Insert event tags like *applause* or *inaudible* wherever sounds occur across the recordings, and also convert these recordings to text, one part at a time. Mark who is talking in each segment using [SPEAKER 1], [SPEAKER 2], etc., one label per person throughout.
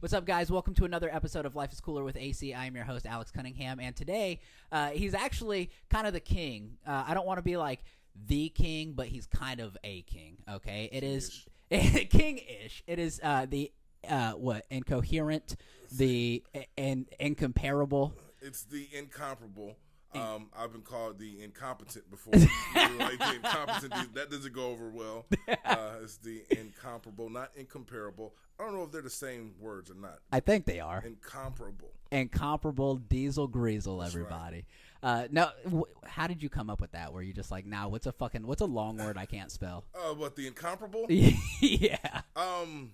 [SPEAKER 1] What's up, guys? Welcome to another episode of Life is Cooler with AC. I am your host, Alex Cunningham, and today uh, he's actually kind of the king. Uh, I don't want to be like the king, but he's kind of a king. Okay, it is *laughs* king-ish. It is uh, the uh, what incoherent, the and incomparable.
[SPEAKER 2] It's the incomparable. Um, I've been called the incompetent before. *laughs* You're like the incompetent, dude, that doesn't go over well. Uh, it's the incomparable, not incomparable. I don't know if they're the same words or not.
[SPEAKER 1] I think they are
[SPEAKER 2] Incomparable.
[SPEAKER 1] incomparable Diesel Greasel. Everybody. Uh, no, w- how did you come up with that? Were you just like, nah, what's a fucking what's a long word I can't spell? *laughs*
[SPEAKER 2] Uh, what the incomparable?
[SPEAKER 1] yeah.
[SPEAKER 2] Um,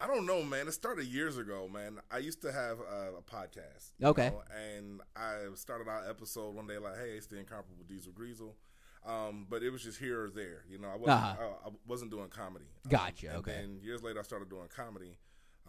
[SPEAKER 2] I don't know, man. It started years ago, man. I used to have uh, a podcast. you
[SPEAKER 1] Okay.
[SPEAKER 2] know, and I started out episode one day like, "Hey, it's the incomparable Diesel Greasel," um, but it was just here or there. You know, I wasn't.
[SPEAKER 1] Uh-huh.
[SPEAKER 2] I, I wasn't doing comedy. Um,
[SPEAKER 1] Gotcha,
[SPEAKER 2] and
[SPEAKER 1] okay.
[SPEAKER 2] Then years later, I started doing comedy.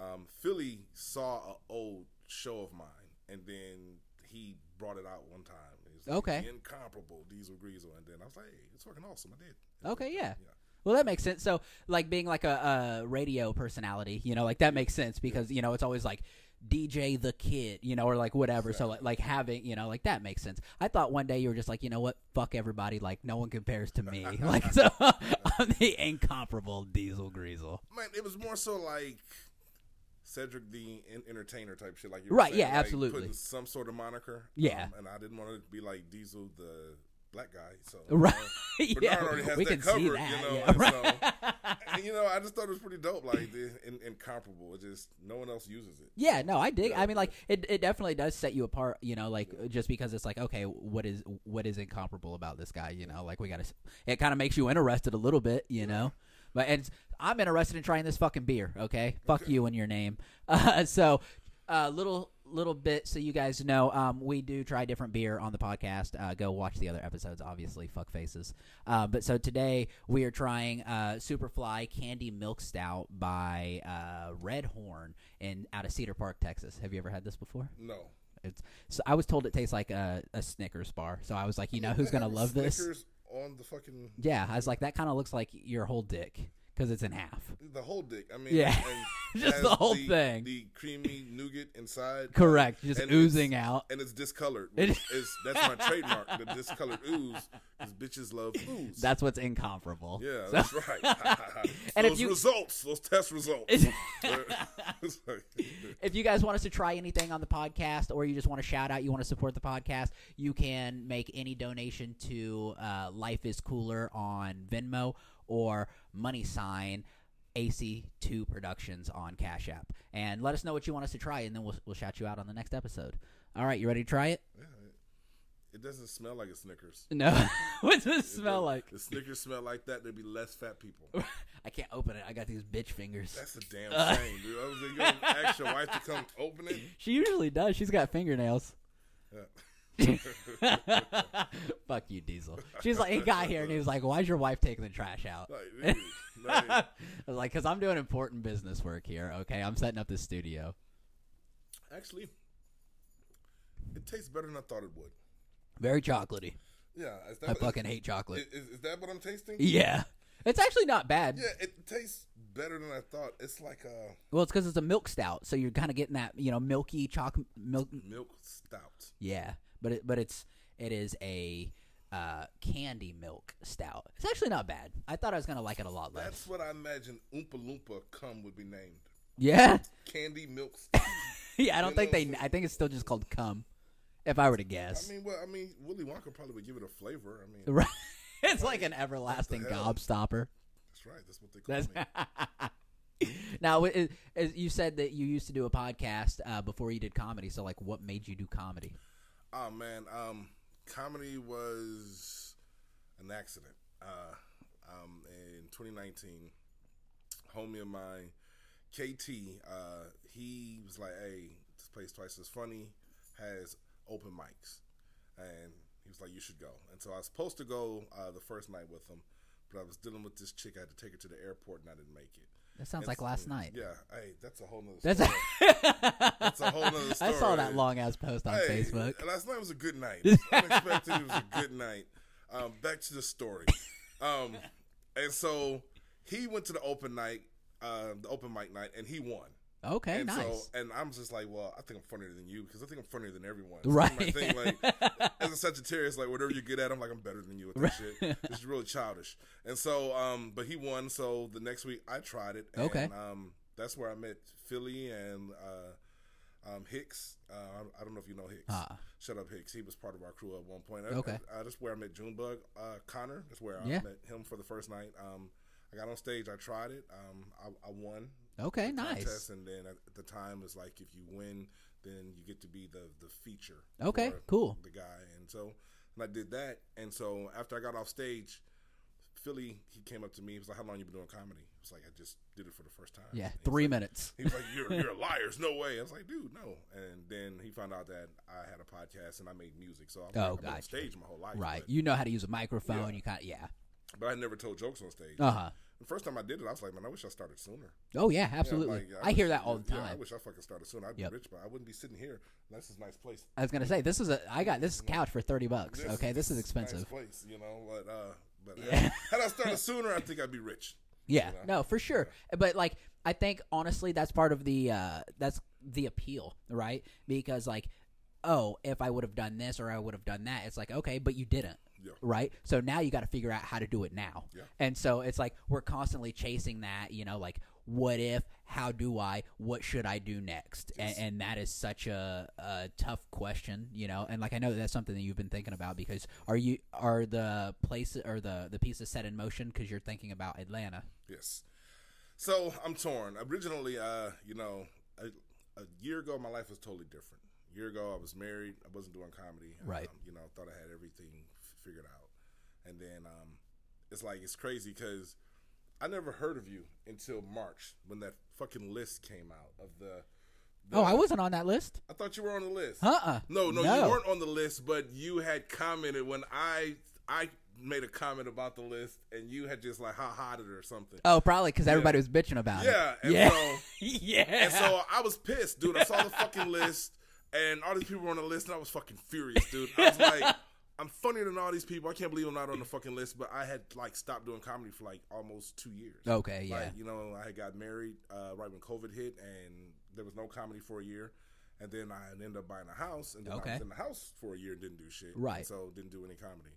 [SPEAKER 2] Um, Philly saw an old show of mine, and then he brought it out one time. It was like,
[SPEAKER 1] Okay.
[SPEAKER 2] "The Incomparable Diesel Greasel, and then I was like, "Hey, it's fucking awesome." I did.
[SPEAKER 1] Okay, yeah.
[SPEAKER 2] Yeah.
[SPEAKER 1] Well, that makes sense. So, like being like a, a radio personality, you know, like that makes sense because you know it's always like DJ the Kid, you know, or like whatever. So, like, like having, you know, like that makes sense. I thought one day you were just like, you know what, fuck everybody, like no one compares to
[SPEAKER 2] *laughs*
[SPEAKER 1] me, *laughs* like so I'm the incomparable Diesel Greasel. *laughs*
[SPEAKER 2] man, it was more so like Cedric the en- Entertainer type shit. Like you
[SPEAKER 1] Right,
[SPEAKER 2] were saying,
[SPEAKER 1] yeah,
[SPEAKER 2] like,
[SPEAKER 1] absolutely.
[SPEAKER 2] putting some sort of moniker. Um,
[SPEAKER 1] Yeah.
[SPEAKER 2] and I didn't want to be like Diesel the black guy. So
[SPEAKER 1] *laughs* Right.
[SPEAKER 2] you know, Bernard already has
[SPEAKER 1] we
[SPEAKER 2] that
[SPEAKER 1] can
[SPEAKER 2] covered.
[SPEAKER 1] see that.
[SPEAKER 2] You know,
[SPEAKER 1] yeah,
[SPEAKER 2] and
[SPEAKER 1] right. *laughs*
[SPEAKER 2] so and, you know, I just thought it was pretty dope. Like the, in, incomparable. It just no one else uses it.
[SPEAKER 1] Yeah, no, I dig.
[SPEAKER 2] Yeah,
[SPEAKER 1] I mean, like it, it definitely does set you apart, you know, like just because it's like, okay, what is what is incomparable about this guy, you know? Like we got to, it kind of makes you interested a little bit, you know. But and I'm interested in trying this fucking beer. Okay, fuck you and your name. *laughs* Uh, so, uh, little little bit so you guys know um, we do try different beer on the podcast uh, go watch the other episodes obviously fuck faces uh, but so today we are trying uh, superfly candy milk stout by uh, red horn in out of cedar park texas have you ever had this before
[SPEAKER 2] No.
[SPEAKER 1] it's so i was told it tastes like a, a snickers bar so i was like you know who's gonna love this
[SPEAKER 2] *laughs* Snickers on the fucking
[SPEAKER 1] yeah i was like that kind of looks like your whole dick because it's in half
[SPEAKER 2] the whole dick. I mean,
[SPEAKER 1] Yeah.
[SPEAKER 2] and
[SPEAKER 1] *laughs* Just
[SPEAKER 2] has
[SPEAKER 1] the whole thing.
[SPEAKER 2] The creamy nougat inside.
[SPEAKER 1] correct just
[SPEAKER 2] And it's-
[SPEAKER 1] oozing out
[SPEAKER 2] and it's discolored.
[SPEAKER 1] It-
[SPEAKER 2] Which is that's my trademark. The discolored ooze, because bitches love ooze.
[SPEAKER 1] *laughs* that's what's incomparable *laughs*
[SPEAKER 2] yeah,
[SPEAKER 1] So-
[SPEAKER 2] that's right. *laughs*
[SPEAKER 1] And
[SPEAKER 2] and
[SPEAKER 1] if
[SPEAKER 2] those
[SPEAKER 1] you-
[SPEAKER 2] results, those
[SPEAKER 1] *laughs*
[SPEAKER 2] test results. *laughs* It's like-
[SPEAKER 1] if you guys want us to try anything on the podcast or you just want to shout out you want to support the podcast you can make any donation to uh, life is cooler on venmo or money sign ac2 productions on cash app and let us know what you want us to try and then we'll, we'll shout you out on the next episode all right you ready to try it
[SPEAKER 2] it doesn't smell like a Snickers.
[SPEAKER 1] *laughs* no *laughs* what's this
[SPEAKER 2] If
[SPEAKER 1] smell
[SPEAKER 2] the-
[SPEAKER 1] like
[SPEAKER 2] The Snickers smell like that. There'd be less
[SPEAKER 1] *laughs*
[SPEAKER 2] fat people.
[SPEAKER 1] i can't open it i got these bitch fingers
[SPEAKER 2] That's a damn shame, dude. I was like, you gonna ask your wife to come open
[SPEAKER 1] *laughs*
[SPEAKER 2] it. Uh,
[SPEAKER 1] she usually does she's got fingernails
[SPEAKER 2] Yeah.
[SPEAKER 1] *laughs* fuck you diesel she's like he got here and he was like why's your wife taking the trash out *laughs*
[SPEAKER 2] Like, dude, like,
[SPEAKER 1] I was like, because I'm doing important business work here. Okay, I'm setting up this studio.
[SPEAKER 2] actually, it tastes better than I thought it would.
[SPEAKER 1] Very chocolatey.
[SPEAKER 2] Yeah, is that
[SPEAKER 1] I
[SPEAKER 2] what-
[SPEAKER 1] fucking hate
[SPEAKER 2] is,
[SPEAKER 1] chocolate.
[SPEAKER 2] is, is that what I'm tasting?
[SPEAKER 1] yeah, it's actually not bad.
[SPEAKER 2] Yeah, it tastes better than I thought. It's like a
[SPEAKER 1] Well, it's because it's a milk stout, so you're kind of getting that you know milky chocolate milk.
[SPEAKER 2] milk stout.
[SPEAKER 1] Yeah, but it but it's it is a uh, candy milk stout. It's actually not bad. I thought I was gonna like it a lot less.
[SPEAKER 2] That's what I imagine Oompa Loompa cum would be named.
[SPEAKER 1] Yeah,
[SPEAKER 2] Candy milk stout.
[SPEAKER 1] *laughs* yeah. I don't
[SPEAKER 2] You
[SPEAKER 1] think
[SPEAKER 2] know,
[SPEAKER 1] they. I think it's still just called cum. If I were to guess,
[SPEAKER 2] I mean, well, I mean, Willy Wonka probably would give it a flavor. I mean,
[SPEAKER 1] right? *laughs* It's like an everlasting
[SPEAKER 2] hell?
[SPEAKER 1] gobstopper.
[SPEAKER 2] that's right. That's what they call
[SPEAKER 1] That's
[SPEAKER 2] me.
[SPEAKER 1] *laughs* now. i- i- As you said that you used to do a podcast uh, before you did comedy, so like, what made you do comedy?
[SPEAKER 2] Oh man, um, comedy was an accident. Uh, um, in 2019, a homie of mine, KT, uh, he was like, "Hey, this place twice as funny has open mics," and he was like, "You should go." And so I was supposed to go uh, the first night with him, but I was dealing with this chick. I had to take her to the airport, and I didn't make it.
[SPEAKER 1] That sounds
[SPEAKER 2] And
[SPEAKER 1] like
[SPEAKER 2] so-
[SPEAKER 1] last night.
[SPEAKER 2] Yeah, hey, that's a whole nother.
[SPEAKER 1] That's *laughs*
[SPEAKER 2] story. That's a whole nother
[SPEAKER 1] I saw
[SPEAKER 2] story.
[SPEAKER 1] that long ass post on
[SPEAKER 2] Hey,
[SPEAKER 1] Facebook.
[SPEAKER 2] Last night was a
[SPEAKER 1] *laughs*
[SPEAKER 2] good night. It was unexpected. it was a good night. Um, back to the story. Um, and so he went to the open night, uh, the open mic night, and he won.
[SPEAKER 1] Okay,
[SPEAKER 2] and
[SPEAKER 1] nice.
[SPEAKER 2] so, and I'm just like, well, I think I'm funnier than you because I think I'm funnier than everyone.
[SPEAKER 1] Right.
[SPEAKER 2] So my thing,
[SPEAKER 1] *laughs*
[SPEAKER 2] like, as a Sagittarius, like whatever you're good at, I'm like, I'm better than you at that shit. It's really childish. And so, um, but he won. So the next week, I tried it. And,
[SPEAKER 1] Okay.
[SPEAKER 2] Um, that's where I met Philly and uh, um, Hicks. Uh, I- I don't know if you know Hicks.
[SPEAKER 1] Ah.
[SPEAKER 2] Shut up, Hicks. He was part of our crew at one point. I,
[SPEAKER 1] Okay.
[SPEAKER 2] I, I, that's where I met Junebug uh, Connor. That's where I
[SPEAKER 1] Yeah.
[SPEAKER 2] met him for the first night. Um, I got on stage. I tried it. Um, I, I won
[SPEAKER 1] okay,
[SPEAKER 2] the
[SPEAKER 1] nice.
[SPEAKER 2] contest, and then at the time it's like if you win, then you get to be the the feature.
[SPEAKER 1] Okay,
[SPEAKER 2] for
[SPEAKER 1] cool.
[SPEAKER 2] The guy, and so and I did that, and so after I got off stage, Philly he came up to me. He was like, "How long you been doing comedy?" I was like, "I just did it for the first time."
[SPEAKER 1] Yeah,
[SPEAKER 2] And he's
[SPEAKER 1] three
[SPEAKER 2] like-
[SPEAKER 1] minutes.
[SPEAKER 2] He was like,
[SPEAKER 1] *laughs*
[SPEAKER 2] "You're you're a liar. There's no way." I was like, "Dude, no." And then he found out that I had a podcast and I made music, so
[SPEAKER 1] Oh,
[SPEAKER 2] I'm like, I've been on
[SPEAKER 1] gotcha.
[SPEAKER 2] stage my whole life,
[SPEAKER 1] Right.
[SPEAKER 2] But,
[SPEAKER 1] You know how to use a microphone. You kind of, yeah.
[SPEAKER 2] but I never told jokes on stage.
[SPEAKER 1] Uh huh.
[SPEAKER 2] The first time I did it, I was like, "Man, I wish I started sooner."
[SPEAKER 1] Oh, yeah,
[SPEAKER 2] Yeah,
[SPEAKER 1] absolutely.
[SPEAKER 2] like,
[SPEAKER 1] I, hear
[SPEAKER 2] wish-
[SPEAKER 1] that all the
[SPEAKER 2] yeah, I
[SPEAKER 1] time.
[SPEAKER 2] wish I fucking started soon. I'd be
[SPEAKER 1] Yep.
[SPEAKER 2] rich, but I wouldn't be sitting here. This is a nice place.
[SPEAKER 1] I was gonna say this is a I got this couch for thirty bucks. Okay, this is
[SPEAKER 2] a
[SPEAKER 1] expensive.
[SPEAKER 2] Nice place, you know. But, uh, but
[SPEAKER 1] Yeah.
[SPEAKER 2] had *laughs* I started sooner, I think I'd be rich.
[SPEAKER 1] Yeah,
[SPEAKER 2] you know?
[SPEAKER 1] no, for sure. But like, I think honestly, that's part of the uh, that's the appeal, right? Because like, oh, if I would have done this or I would have done that, it's like okay, but you didn't,
[SPEAKER 2] Yeah.
[SPEAKER 1] right? So now you got to figure out how to do it now,
[SPEAKER 2] Yeah.
[SPEAKER 1] and so it's like we're constantly chasing that, you know, like what if, how do I, what should I do next?
[SPEAKER 2] Yes.
[SPEAKER 1] And, and that is such a, a tough question, you know. And like I know that that's something that you've been thinking about because are you are the places or the the pieces set in motion because you're thinking about Atlanta.
[SPEAKER 2] Yes. So I'm torn. Originally, uh, you know, a, a year ago, my life was totally different. A year ago, I was married. I wasn't doing comedy.
[SPEAKER 1] Right.
[SPEAKER 2] Um, you know, I thought I had everything f- figured out. And then um, it's like, it's crazy because I never heard of you until March when that fucking list came out of the. the
[SPEAKER 1] Oh, I wasn't on that list.
[SPEAKER 2] I thought you were on the list.
[SPEAKER 1] Uh uh
[SPEAKER 2] No, no, you weren't on the list, but you had commented when I I made a comment about the list, and you had just like ha ha it or something.
[SPEAKER 1] Oh, probably because everybody was bitching about
[SPEAKER 2] yeah,
[SPEAKER 1] it.
[SPEAKER 2] and
[SPEAKER 1] yeah.
[SPEAKER 2] so
[SPEAKER 1] *laughs* yeah. *laughs*
[SPEAKER 2] and so I was pissed, dude. I saw the fucking list, and all these people were on the list, and I was fucking furious, dude. I
[SPEAKER 1] *laughs*
[SPEAKER 2] was like, I'm funnier than all these people. I can't believe I'm not on the fucking list, but I had like stopped doing comedy for like almost two years.
[SPEAKER 1] okay, Oh, yeah.
[SPEAKER 2] Like, you know, I had got married uh, right when COVID hit, and there was no comedy for a year. And then I ended up buying a house, and then I
[SPEAKER 1] Okay.
[SPEAKER 2] was in the house for a year and didn't do shit.
[SPEAKER 1] Right.
[SPEAKER 2] And so didn't do any comedy.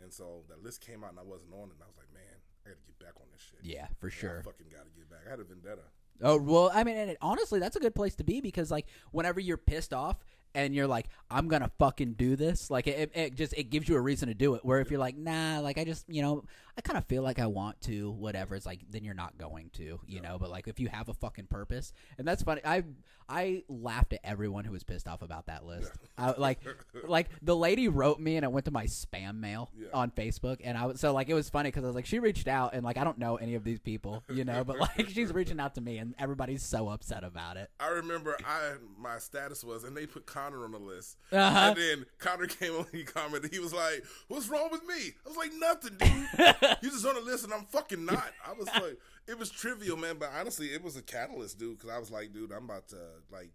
[SPEAKER 2] And so that list came out, and I wasn't on it. And I was like, man, I got to get back on this shit.
[SPEAKER 1] yeah, for
[SPEAKER 2] I
[SPEAKER 1] sure.
[SPEAKER 2] fucking got to get back. I had a vendetta.
[SPEAKER 1] Oh well, I mean, and it, honestly, that's a good place to be because like whenever you're pissed off and you're like, I'm gonna fucking do this, like it, it just it gives you a reason to do it. Where if you're like, nah, like I just you know I kind of feel like I want to, whatever. It's like then you're not going to, you know. But like if you have a fucking purpose, and that's funny. I I laughed at everyone who was pissed off about that list. I, like like the lady wrote me and it went to my spam mail
[SPEAKER 2] Yeah.
[SPEAKER 1] on Facebook, and I was so like it was funny because I was like she reached out and like I don't know any of these people, you know, but like *laughs* she's reaching out to me and everybody's so upset about it.
[SPEAKER 2] I remember I my status was, and they put Connor on the list.
[SPEAKER 1] Uh-huh.
[SPEAKER 2] And then Connor *laughs* came on, he commented, he was like, "What's wrong with me?" I was like, "Nothing, dude. you just on the list, and I'm fucking not." I was like, it was trivial, man, but honestly, it was a catalyst, dude, because I was like, dude, I'm about to like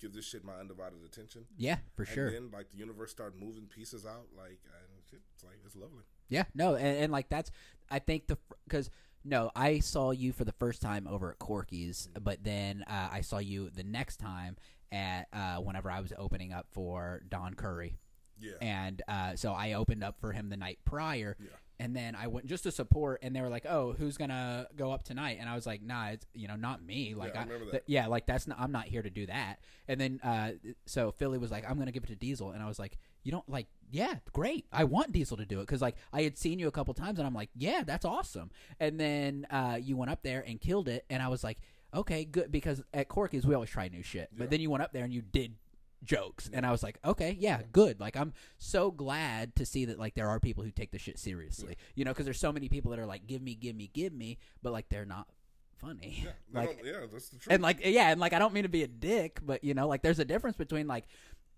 [SPEAKER 2] give this shit my undivided attention.
[SPEAKER 1] *laughs* Yeah, for sure.
[SPEAKER 2] And then like the universe started moving pieces out, like and shit, it's like it's lovely.
[SPEAKER 1] Yeah, no, and, and like that's I think the because no, I saw you for the first time over at Corky's, but then uh, I saw you the next time at uh, whenever I was opening up for Don Curry,
[SPEAKER 2] Yeah,
[SPEAKER 1] and uh, so I opened up for him the night prior.
[SPEAKER 2] Yeah.
[SPEAKER 1] And then I went just to support, and they were like, "Oh, who's gonna go up tonight?" And I was like, "Nah, it's you know not me. Like,
[SPEAKER 2] I
[SPEAKER 1] I,
[SPEAKER 2] remember that.
[SPEAKER 1] th- yeah, like that's not, I'm not here to do that." And then uh, so Philly was like, "I'm gonna give it to Diesel," and I was like, "You don't like? Yeah, great. I want Diesel to do it because like I had seen you a couple times, and I'm like, yeah, that's awesome." And then uh, you went up there and killed it, and I was like, "Okay, good," because at Corky's we always try new shit,
[SPEAKER 2] Yeah.
[SPEAKER 1] but then you went up there and you did jokes and i was like okay yeah good like i'm so glad to see that like there are people who take this shit seriously you know because there's so many people that are like give me give me give me but like they're not *laughs* funny
[SPEAKER 2] yeah, I
[SPEAKER 1] like
[SPEAKER 2] don't- yeah, that's the truth.
[SPEAKER 1] and like yeah and like i don't mean to be a dick but you know like there's a difference between like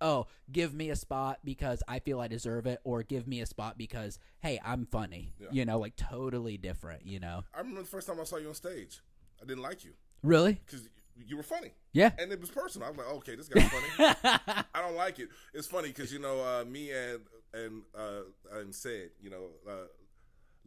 [SPEAKER 1] oh give me a spot because i feel i deserve it or give me a spot because hey i'm funny
[SPEAKER 2] Yeah.
[SPEAKER 1] you know like totally different you know
[SPEAKER 2] I remember the first time I saw you on stage, I didn't like you
[SPEAKER 1] really
[SPEAKER 2] because you were funny.
[SPEAKER 1] yeah
[SPEAKER 2] and it was personal. I was like, okay, this guy's funny. I don't like it. It's funny because you know uh, me and and uh, and said you know uh,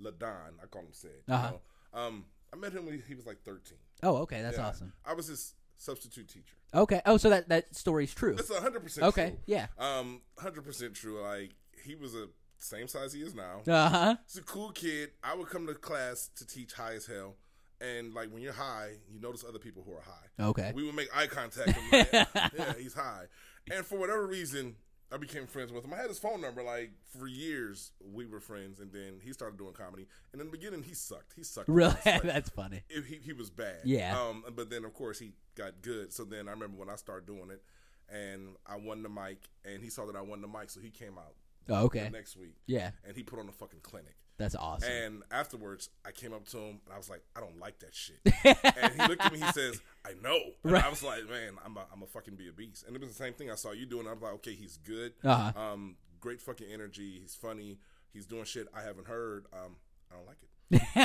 [SPEAKER 2] Ladon, I call him said.
[SPEAKER 1] Uh-huh.
[SPEAKER 2] You know? Um, I met him when he was like thirteen.
[SPEAKER 1] *laughs* oh okay that's
[SPEAKER 2] Yeah.
[SPEAKER 1] awesome
[SPEAKER 2] I was just substitute teacher.
[SPEAKER 1] Okay. Oh, so that that story's true.
[SPEAKER 2] That's hundred percent.
[SPEAKER 1] Okay. Yeah.
[SPEAKER 2] Um, hundred percent true. Like he was a same size he is now.
[SPEAKER 1] Uh huh.
[SPEAKER 2] He's a cool kid. I would come to class to teach high as hell, and like when you're high, you notice other people who are high.
[SPEAKER 1] Okay. *laughs*
[SPEAKER 2] We would make eye contact. And like, *laughs* yeah, he's high. And for whatever reason, I became friends with him. I had his phone number like for years. We were friends, and then he started doing comedy. And in the beginning, he sucked. He sucked.
[SPEAKER 1] Really?
[SPEAKER 2] *laughs* Like,
[SPEAKER 1] *laughs* That's funny.
[SPEAKER 2] if he, he was bad.
[SPEAKER 1] Yeah.
[SPEAKER 2] Um, but then of course he got good. So then I remember when I started doing it, and I won the mic, and he saw that I won the mic, so he came out
[SPEAKER 1] Oh, okay.
[SPEAKER 2] the next week,
[SPEAKER 1] Yeah.
[SPEAKER 2] and he put on a fucking clinic.
[SPEAKER 1] That's awesome.
[SPEAKER 2] And afterwards, I came up to him and I was like, I don't like
[SPEAKER 1] *laughs*
[SPEAKER 2] that shit. and he looked at me. He says, I know. And I
[SPEAKER 1] Right.
[SPEAKER 2] was like, man, I'm a, I'm a fucking be a beast. And it was the same thing I saw you doing. I was like, okay, he's good.
[SPEAKER 1] Uh-huh.
[SPEAKER 2] Um, great fucking energy. He's funny. He's doing shit I haven't heard. Um, I don't like
[SPEAKER 1] *laughs*
[SPEAKER 2] it.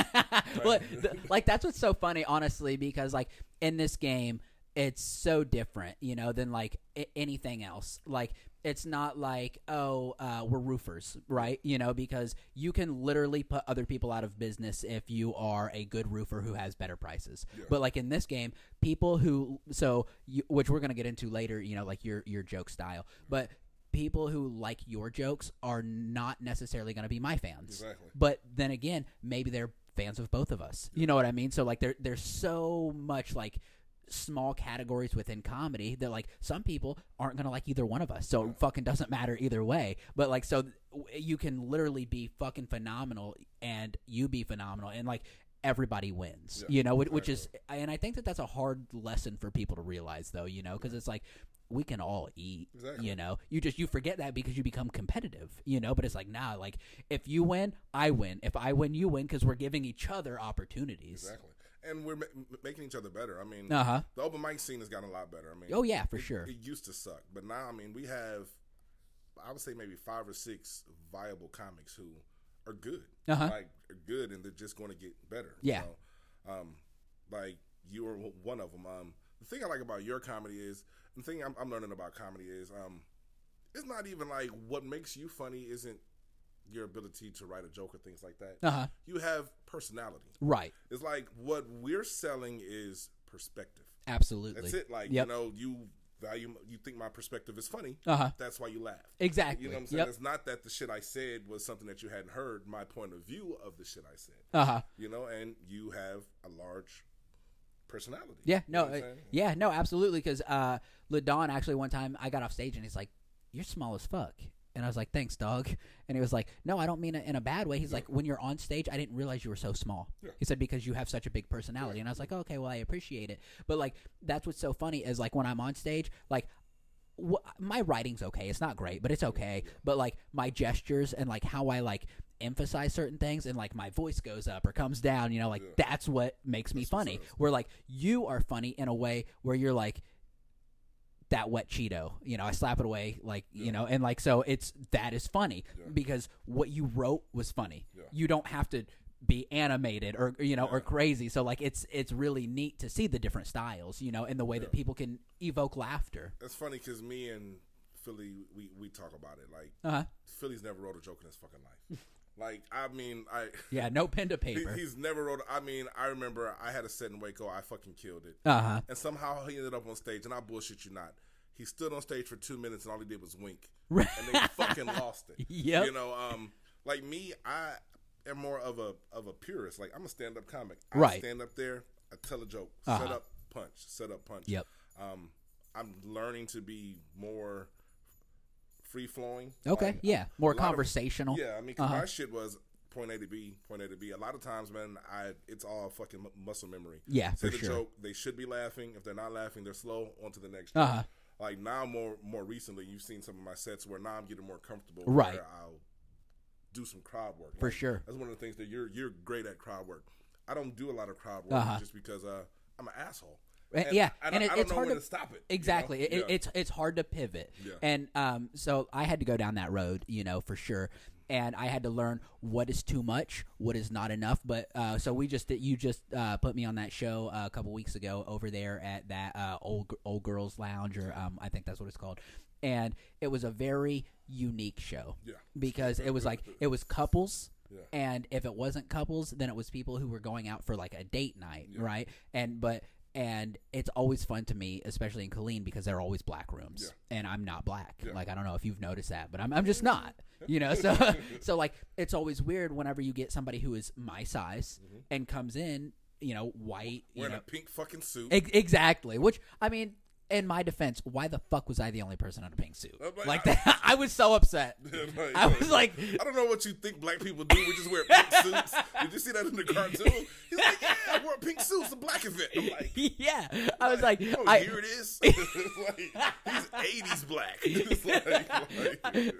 [SPEAKER 1] well, th- like that's what's so funny, honestly, because like in this game, it's so different, you know, than like I- anything else. Like it's not like oh, uh, we're roofers, right? You know, because you can literally put other people out of business if you are a good roofer who has better prices. But like in this game, people who so you, which we're gonna get into later, you know, like your your joke style, but. People who like your jokes are not necessarily going to be my fans.
[SPEAKER 2] Exactly.
[SPEAKER 1] But then again, maybe they're fans of both of us. You know what I mean? So like there there's so much like small categories within comedy that like some people aren't going to like either one of us. So it fucking doesn't matter either way. But like so w- you can literally be fucking phenomenal and you be phenomenal and like everybody wins.
[SPEAKER 2] Yeah,
[SPEAKER 1] you know, which, which is and I think that that's a hard lesson for people to realize though, you know, cuz it's like we can all eat
[SPEAKER 2] Exactly.
[SPEAKER 1] you know you just you forget that because you become competitive you know but it's like nah like if you win i win if i win you win because we're giving each other opportunities
[SPEAKER 2] Exactly. And we're ma- m- making each other better. I mean,
[SPEAKER 1] uh-huh
[SPEAKER 2] the open mic scene has gotten a lot better. I mean,
[SPEAKER 1] oh yeah for
[SPEAKER 2] it,
[SPEAKER 1] sure
[SPEAKER 2] It used to suck, but now I mean, we have, I would say maybe five or six viable comics who are good,
[SPEAKER 1] Uh-huh.
[SPEAKER 2] like are good, and they're just going to get better.
[SPEAKER 1] Yeah.
[SPEAKER 2] You know? Um, like you are one of them. Um, the thing I like about your comedy is the thing I'm, I'm learning about comedy is um, it's not even like what makes you funny isn't your ability to write a joke or things like that.
[SPEAKER 1] uh-huh
[SPEAKER 2] You have personality.
[SPEAKER 1] right
[SPEAKER 2] It's like what we're selling is perspective.
[SPEAKER 1] absolutely
[SPEAKER 2] That's it. Like
[SPEAKER 1] Yep.
[SPEAKER 2] you know, you value, you think my perspective is funny.
[SPEAKER 1] uh-huh
[SPEAKER 2] That's why you laugh.
[SPEAKER 1] exactly
[SPEAKER 2] You know what I'm saying?
[SPEAKER 1] yep
[SPEAKER 2] It's not that the shit I said was something that you hadn't heard. My point of view of the shit I said.
[SPEAKER 1] uh-huh
[SPEAKER 2] You know, and you have a large personality.
[SPEAKER 1] Yeah,
[SPEAKER 2] You know
[SPEAKER 1] no,
[SPEAKER 2] what I'm
[SPEAKER 1] uh,
[SPEAKER 2] saying?
[SPEAKER 1] yeah, no, absolutely. Because uh, Ladon actually one time I got off stage and he's like, "You're small as fuck," and I was like, "Thanks, dog." *laughs* And he was like, "No, I don't mean it in a bad way." He's like, "When you're on stage, I didn't realize you were so small."
[SPEAKER 2] Yeah.
[SPEAKER 1] He said because you have such a big personality, and I was like, "Okay, well, I appreciate it." But like, that's what's so funny is like when I'm on stage, like wh- my writing's okay. It's not great, but it's okay. But like my gestures and like how I like emphasize certain things and like my voice goes up or comes down, you know, like that's what makes me funny. Where like you are funny in a way where you're like that wet Cheeto, you know, I slap it away like, you know, and like so it's that is funny because what you wrote was funny. You don't have to be animated or you know or crazy so like it's it's really neat to see the different styles you know and the way that people can evoke laughter
[SPEAKER 2] That's funny because me and Philly, we we talk about it. Like
[SPEAKER 1] uh-huh
[SPEAKER 2] Philly's never wrote a joke in his fucking life.
[SPEAKER 1] *laughs*
[SPEAKER 2] like I mean, I.
[SPEAKER 1] Yeah, no pen to
[SPEAKER 2] *laughs* he-
[SPEAKER 1] paper.
[SPEAKER 2] He's never wrote. I mean, I remember I had a set in Waco. I fucking killed it.
[SPEAKER 1] Uh *laughs* huh.
[SPEAKER 2] And somehow he ended up on stage, and I bullshit you not. He stood on stage for two minutes, and all he did was wink, and they fucking lost it.
[SPEAKER 1] *laughs* Yep.
[SPEAKER 2] You know, um, like me, I am more of a of a purist. Like I'm a stand up comic. I
[SPEAKER 1] Right. Uh-huh.
[SPEAKER 2] Stand up there, I tell a joke, set up, punch, set up, punch.
[SPEAKER 1] Yep.
[SPEAKER 2] Um, I'm learning to be more free flowing.
[SPEAKER 1] Okay.
[SPEAKER 2] Like,
[SPEAKER 1] yeah. More
[SPEAKER 2] a lot of-
[SPEAKER 1] conversational.
[SPEAKER 2] yeah, I mean,
[SPEAKER 1] Uh-huh.
[SPEAKER 2] 'cause my shit was point A to B, point A to B. A lot of times, man, I it's all fucking mu- muscle memory.
[SPEAKER 1] Yeah,
[SPEAKER 2] Say
[SPEAKER 1] for
[SPEAKER 2] the
[SPEAKER 1] sure.
[SPEAKER 2] joke. They should be laughing. If they're not laughing, they're slow. On to the next.
[SPEAKER 1] Uh-huh.
[SPEAKER 2] joke. Like now, more more recently, you've seen some of my sets where now I'm getting more comfortable.
[SPEAKER 1] Right.
[SPEAKER 2] where I'll do some crowd work
[SPEAKER 1] For
[SPEAKER 2] Like,
[SPEAKER 1] sure.
[SPEAKER 2] That's one of the things that you're you're great at crowd work. I don't do a lot of crowd work
[SPEAKER 1] Uh-huh.
[SPEAKER 2] just because uh, I'm an asshole.
[SPEAKER 1] Uh, yeah,
[SPEAKER 2] I,
[SPEAKER 1] and
[SPEAKER 2] don't,
[SPEAKER 1] it-
[SPEAKER 2] I don't
[SPEAKER 1] it's
[SPEAKER 2] know
[SPEAKER 1] hard
[SPEAKER 2] when
[SPEAKER 1] to-
[SPEAKER 2] to stop it. you know?
[SPEAKER 1] Exactly. It,
[SPEAKER 2] Yeah.
[SPEAKER 1] it, it's it's hard to pivot.
[SPEAKER 2] Yeah.
[SPEAKER 1] And um, so I had to go down that road, you know, for sure. And I had to learn what is too much, what is not enough. But uh, so we just you just uh, put me on that show uh, a couple weeks ago over there at that uh, old old girls lounge, or um, I think that's what it's called. And it was a very unique show
[SPEAKER 2] Yeah.
[SPEAKER 1] because it was like it was couples.
[SPEAKER 2] Yeah.
[SPEAKER 1] and if it wasn't couples then it was people who were going out for like a date night right and but and it's always fun to me, especially in Colleen, because they're always black rooms, and I'm not black.
[SPEAKER 2] Yeah.
[SPEAKER 1] Like I don't know if you've noticed that, but I'm I'm just not. You know,
[SPEAKER 2] *laughs*
[SPEAKER 1] so *laughs* so like it's always weird whenever you get somebody who is my size and comes in, you know, white, you
[SPEAKER 2] Mm-hmm. Wearing
[SPEAKER 1] know,
[SPEAKER 2] a pink fucking suit.
[SPEAKER 1] Ex- exactly. Which I mean, in my defense, why the fuck was I the only person in a pink suit?
[SPEAKER 2] I'm like,
[SPEAKER 1] Like
[SPEAKER 2] I-
[SPEAKER 1] that, *laughs* I was so
[SPEAKER 2] *laughs*
[SPEAKER 1] upset.
[SPEAKER 2] Like,
[SPEAKER 1] I was like, *laughs*
[SPEAKER 2] I don't know what you think black people do. We just wear pink suits. Did you see that in the cartoon? He's like, yeah, I wore a pink suit. It's a black event. I'm like,
[SPEAKER 1] yeah. I was like,
[SPEAKER 2] oh,
[SPEAKER 1] I. *laughs*
[SPEAKER 2] here it is. *laughs* It's like, he's 80s black. *laughs* It's like, like,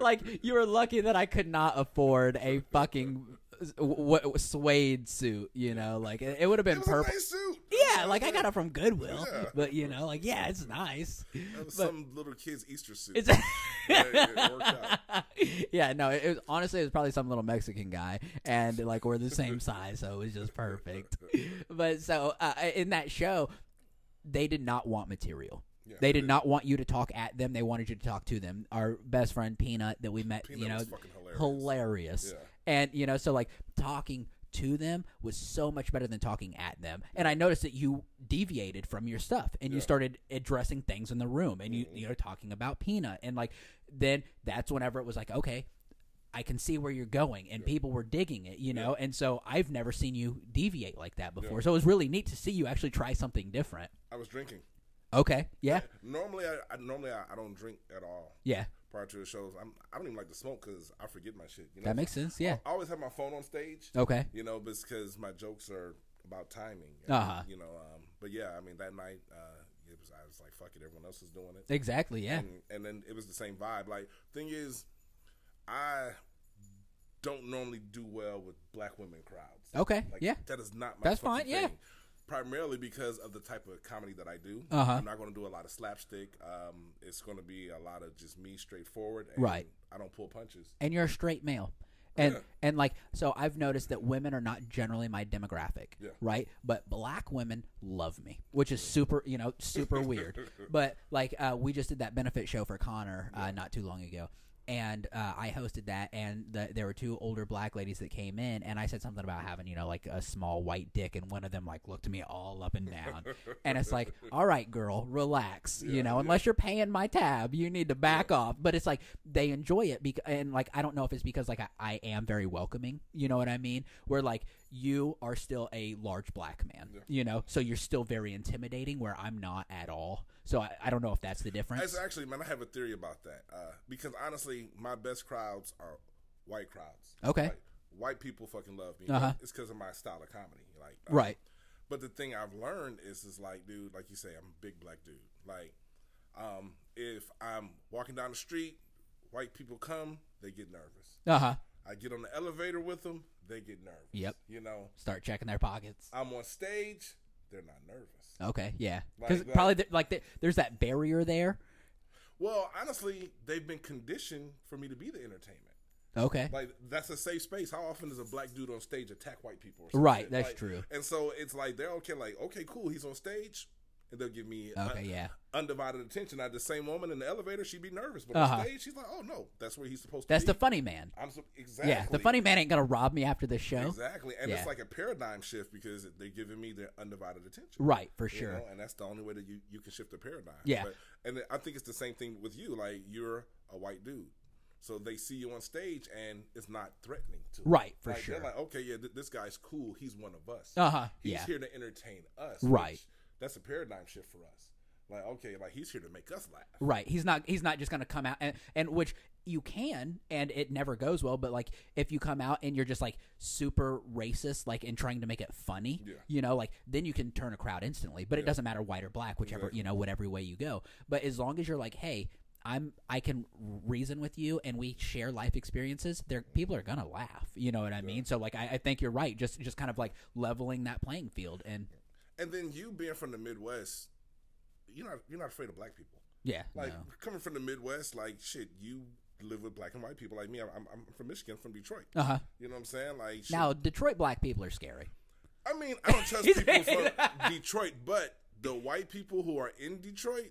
[SPEAKER 1] *laughs* like you were lucky that I could not afford
[SPEAKER 2] *laughs*
[SPEAKER 1] a fucking w- w- suede suit, you know. Like it, it would have
[SPEAKER 2] it
[SPEAKER 1] been
[SPEAKER 2] was a
[SPEAKER 1] purple.
[SPEAKER 2] nice suit.
[SPEAKER 1] Yeah, like I got it from Goodwill,
[SPEAKER 2] Yeah.
[SPEAKER 1] but you know, like yeah, it's nice.
[SPEAKER 2] That was
[SPEAKER 1] but-
[SPEAKER 2] some little kid's Easter suit.
[SPEAKER 1] It's
[SPEAKER 2] *laughs* Yeah, it worked out.
[SPEAKER 1] *laughs* yeah, no, it was honestly it was probably some little Mexican guy, and like we're the
[SPEAKER 2] *laughs*
[SPEAKER 1] same size, so it was just perfect. *laughs* But so uh, in that show, they did not want material.
[SPEAKER 2] Yeah,
[SPEAKER 1] they did not want you to talk at them. They wanted you to talk to them. Our best friend Peanut that we met,
[SPEAKER 2] Peanut
[SPEAKER 1] you know,
[SPEAKER 2] was fucking hilarious.
[SPEAKER 1] hilarious.
[SPEAKER 2] Yeah.
[SPEAKER 1] And you know, so like talking to them was so much better than talking at them. And I noticed that you deviated from your stuff and you
[SPEAKER 2] Yeah. Mm-hmm.
[SPEAKER 1] started addressing things in the room and you you know talking about peanut and like then that's whenever it was like okay, I can see where you're going and people were digging it, you know. And so I've never seen you deviate like that before. So it was really neat to see you actually try something different.
[SPEAKER 2] I was drinking.
[SPEAKER 1] Okay. Yeah.
[SPEAKER 2] *laughs* Normally, I, I normally I, I don't drink at all
[SPEAKER 1] Yeah.
[SPEAKER 2] prior to the shows. I'm, I don't even like to smoke because I forget my shit. You know?
[SPEAKER 1] That makes sense. Yeah. Oh,
[SPEAKER 2] I always have my phone on stage.
[SPEAKER 1] Okay.
[SPEAKER 2] You know, because my jokes are about timing.
[SPEAKER 1] Uh-huh.
[SPEAKER 2] You know, um, but yeah, I mean that night, uh, it was I was like, fuck it, everyone else is doing it,
[SPEAKER 1] Exactly. Yeah.
[SPEAKER 2] and, and then it was the same vibe. Like thing is, I don't normally do well with black women crowds.
[SPEAKER 1] Okay.
[SPEAKER 2] Like,
[SPEAKER 1] Oh, Yeah.
[SPEAKER 2] that is not my.
[SPEAKER 1] That's
[SPEAKER 2] fucking
[SPEAKER 1] fine, yeah.
[SPEAKER 2] thing. Primarily because of the type of comedy that I do.
[SPEAKER 1] Uh-huh.
[SPEAKER 2] I'm not going to do a lot of slapstick. Um, it's going to be a lot of just me straightforward. And
[SPEAKER 1] Right.
[SPEAKER 2] I don't pull punches.
[SPEAKER 1] and you're a straight male. And
[SPEAKER 2] Yeah.
[SPEAKER 1] and like so I've noticed that women are not generally my demographic,
[SPEAKER 2] Yeah.
[SPEAKER 1] right? But black women love me, which is super, you know, super
[SPEAKER 2] *laughs*
[SPEAKER 1] weird. But like uh, we just did that benefit show for Connor uh, not too long ago. And uh, I hosted that, and the, there were two older black ladies that came in, and I said something about having, you know, like a small white dick, and one of them like looked me all up and
[SPEAKER 2] *laughs*
[SPEAKER 1] down, and it's like, all right, girl, relax, you know, unless you're paying my tab, you need to back off. But it's like they enjoy it, because, and like I don't know if it's because like I, I am very welcoming, you know what I mean? Where like you are still a large black man, you know, so you're still very intimidating, where I'm not at all. So I, I don't know if that's the difference.
[SPEAKER 2] That's actually, man, I have a theory about that. Uh, because honestly, my best crowds are white crowds.
[SPEAKER 1] Okay.
[SPEAKER 2] Like, white people fucking love me.
[SPEAKER 1] Uh-huh.
[SPEAKER 2] It's because of my style of comedy. Like, um,
[SPEAKER 1] Right.
[SPEAKER 2] But the thing I've learned is, is like, dude, like you say, I'm a big black dude. Like, um, if I'm walking down the street, white people come, they get nervous.
[SPEAKER 1] Uh huh.
[SPEAKER 2] I get on the elevator with them, they get nervous.
[SPEAKER 1] Yep.
[SPEAKER 2] You know,
[SPEAKER 1] Start checking their pockets.
[SPEAKER 2] I'm on stage, they're not nervous.
[SPEAKER 1] Okay. Yeah.
[SPEAKER 2] Like
[SPEAKER 1] Because
[SPEAKER 2] that.
[SPEAKER 1] probably th- like th- there's that barrier there.
[SPEAKER 2] Well, honestly, they've been conditioned for me to be the entertainment.
[SPEAKER 1] Okay.
[SPEAKER 2] Like that's a safe space. How often does a black dude on stage attack white people? Or something?
[SPEAKER 1] Right, that's
[SPEAKER 2] Like,
[SPEAKER 1] true.
[SPEAKER 2] And so it's like they're okay. Like okay, cool. He's on stage, and they'll give me uh,
[SPEAKER 1] Okay. Yeah.
[SPEAKER 2] undivided attention. Now the same woman in the elevator, she'd be nervous, but
[SPEAKER 1] Uh-huh.
[SPEAKER 2] on stage, she's like, oh no, that's where he's supposed
[SPEAKER 1] That's
[SPEAKER 2] to
[SPEAKER 1] the
[SPEAKER 2] be.
[SPEAKER 1] funny man.
[SPEAKER 2] I'm so, exactly.
[SPEAKER 1] Yeah, the funny man ain't gonna rob me after this show.
[SPEAKER 2] Exactly, and
[SPEAKER 1] Yeah.
[SPEAKER 2] it's like a paradigm shift because they're giving me their undivided attention.
[SPEAKER 1] Right, for
[SPEAKER 2] you
[SPEAKER 1] sure.
[SPEAKER 2] know, and that's the only way that you, you can shift the paradigm.
[SPEAKER 1] Yeah.
[SPEAKER 2] But, and I think it's the same thing with you. Like you're a white dude, so they see you on stage and it's not threatening to. them.
[SPEAKER 1] Right, for
[SPEAKER 2] Like,
[SPEAKER 1] sure.
[SPEAKER 2] They're like, okay, yeah, th- this guy's cool. He's one of us.
[SPEAKER 1] Uh huh.
[SPEAKER 2] He's
[SPEAKER 1] Yeah.
[SPEAKER 2] here to entertain us.
[SPEAKER 1] Right.
[SPEAKER 2] which- That's a paradigm shift for us. Like, okay, like he's here to make us laugh.
[SPEAKER 1] Right. He's not. He's not just gonna come out and, and which you can and it never goes well. But like if you come out and you're just like super racist, like and trying to make it funny,
[SPEAKER 2] Yeah.
[SPEAKER 1] you know, like then you can turn a crowd instantly. But it doesn't matter white or black, whichever you know, whatever way you go. But as long as you're like, hey. I'm. I can reason with you, and we share life experiences. There, people are gonna laugh. You know what I mean. So, like, I, I think you're right. Just, just kind of like leveling that playing field, and
[SPEAKER 2] And then you being from the Midwest, you're not you're not afraid of black people.
[SPEAKER 1] yeah,
[SPEAKER 2] Like
[SPEAKER 1] no.
[SPEAKER 2] coming from the Midwest, like shit, you live with black and white people like me. I'm, I'm- I'm from Michigan, from Detroit.
[SPEAKER 1] Uh huh.
[SPEAKER 2] You know what I'm saying? Like, shit,
[SPEAKER 1] Now, Detroit black people are scary.
[SPEAKER 2] I mean,
[SPEAKER 1] *laughs*
[SPEAKER 2] I don't trust people from Detroit, but the white people who are in Detroit,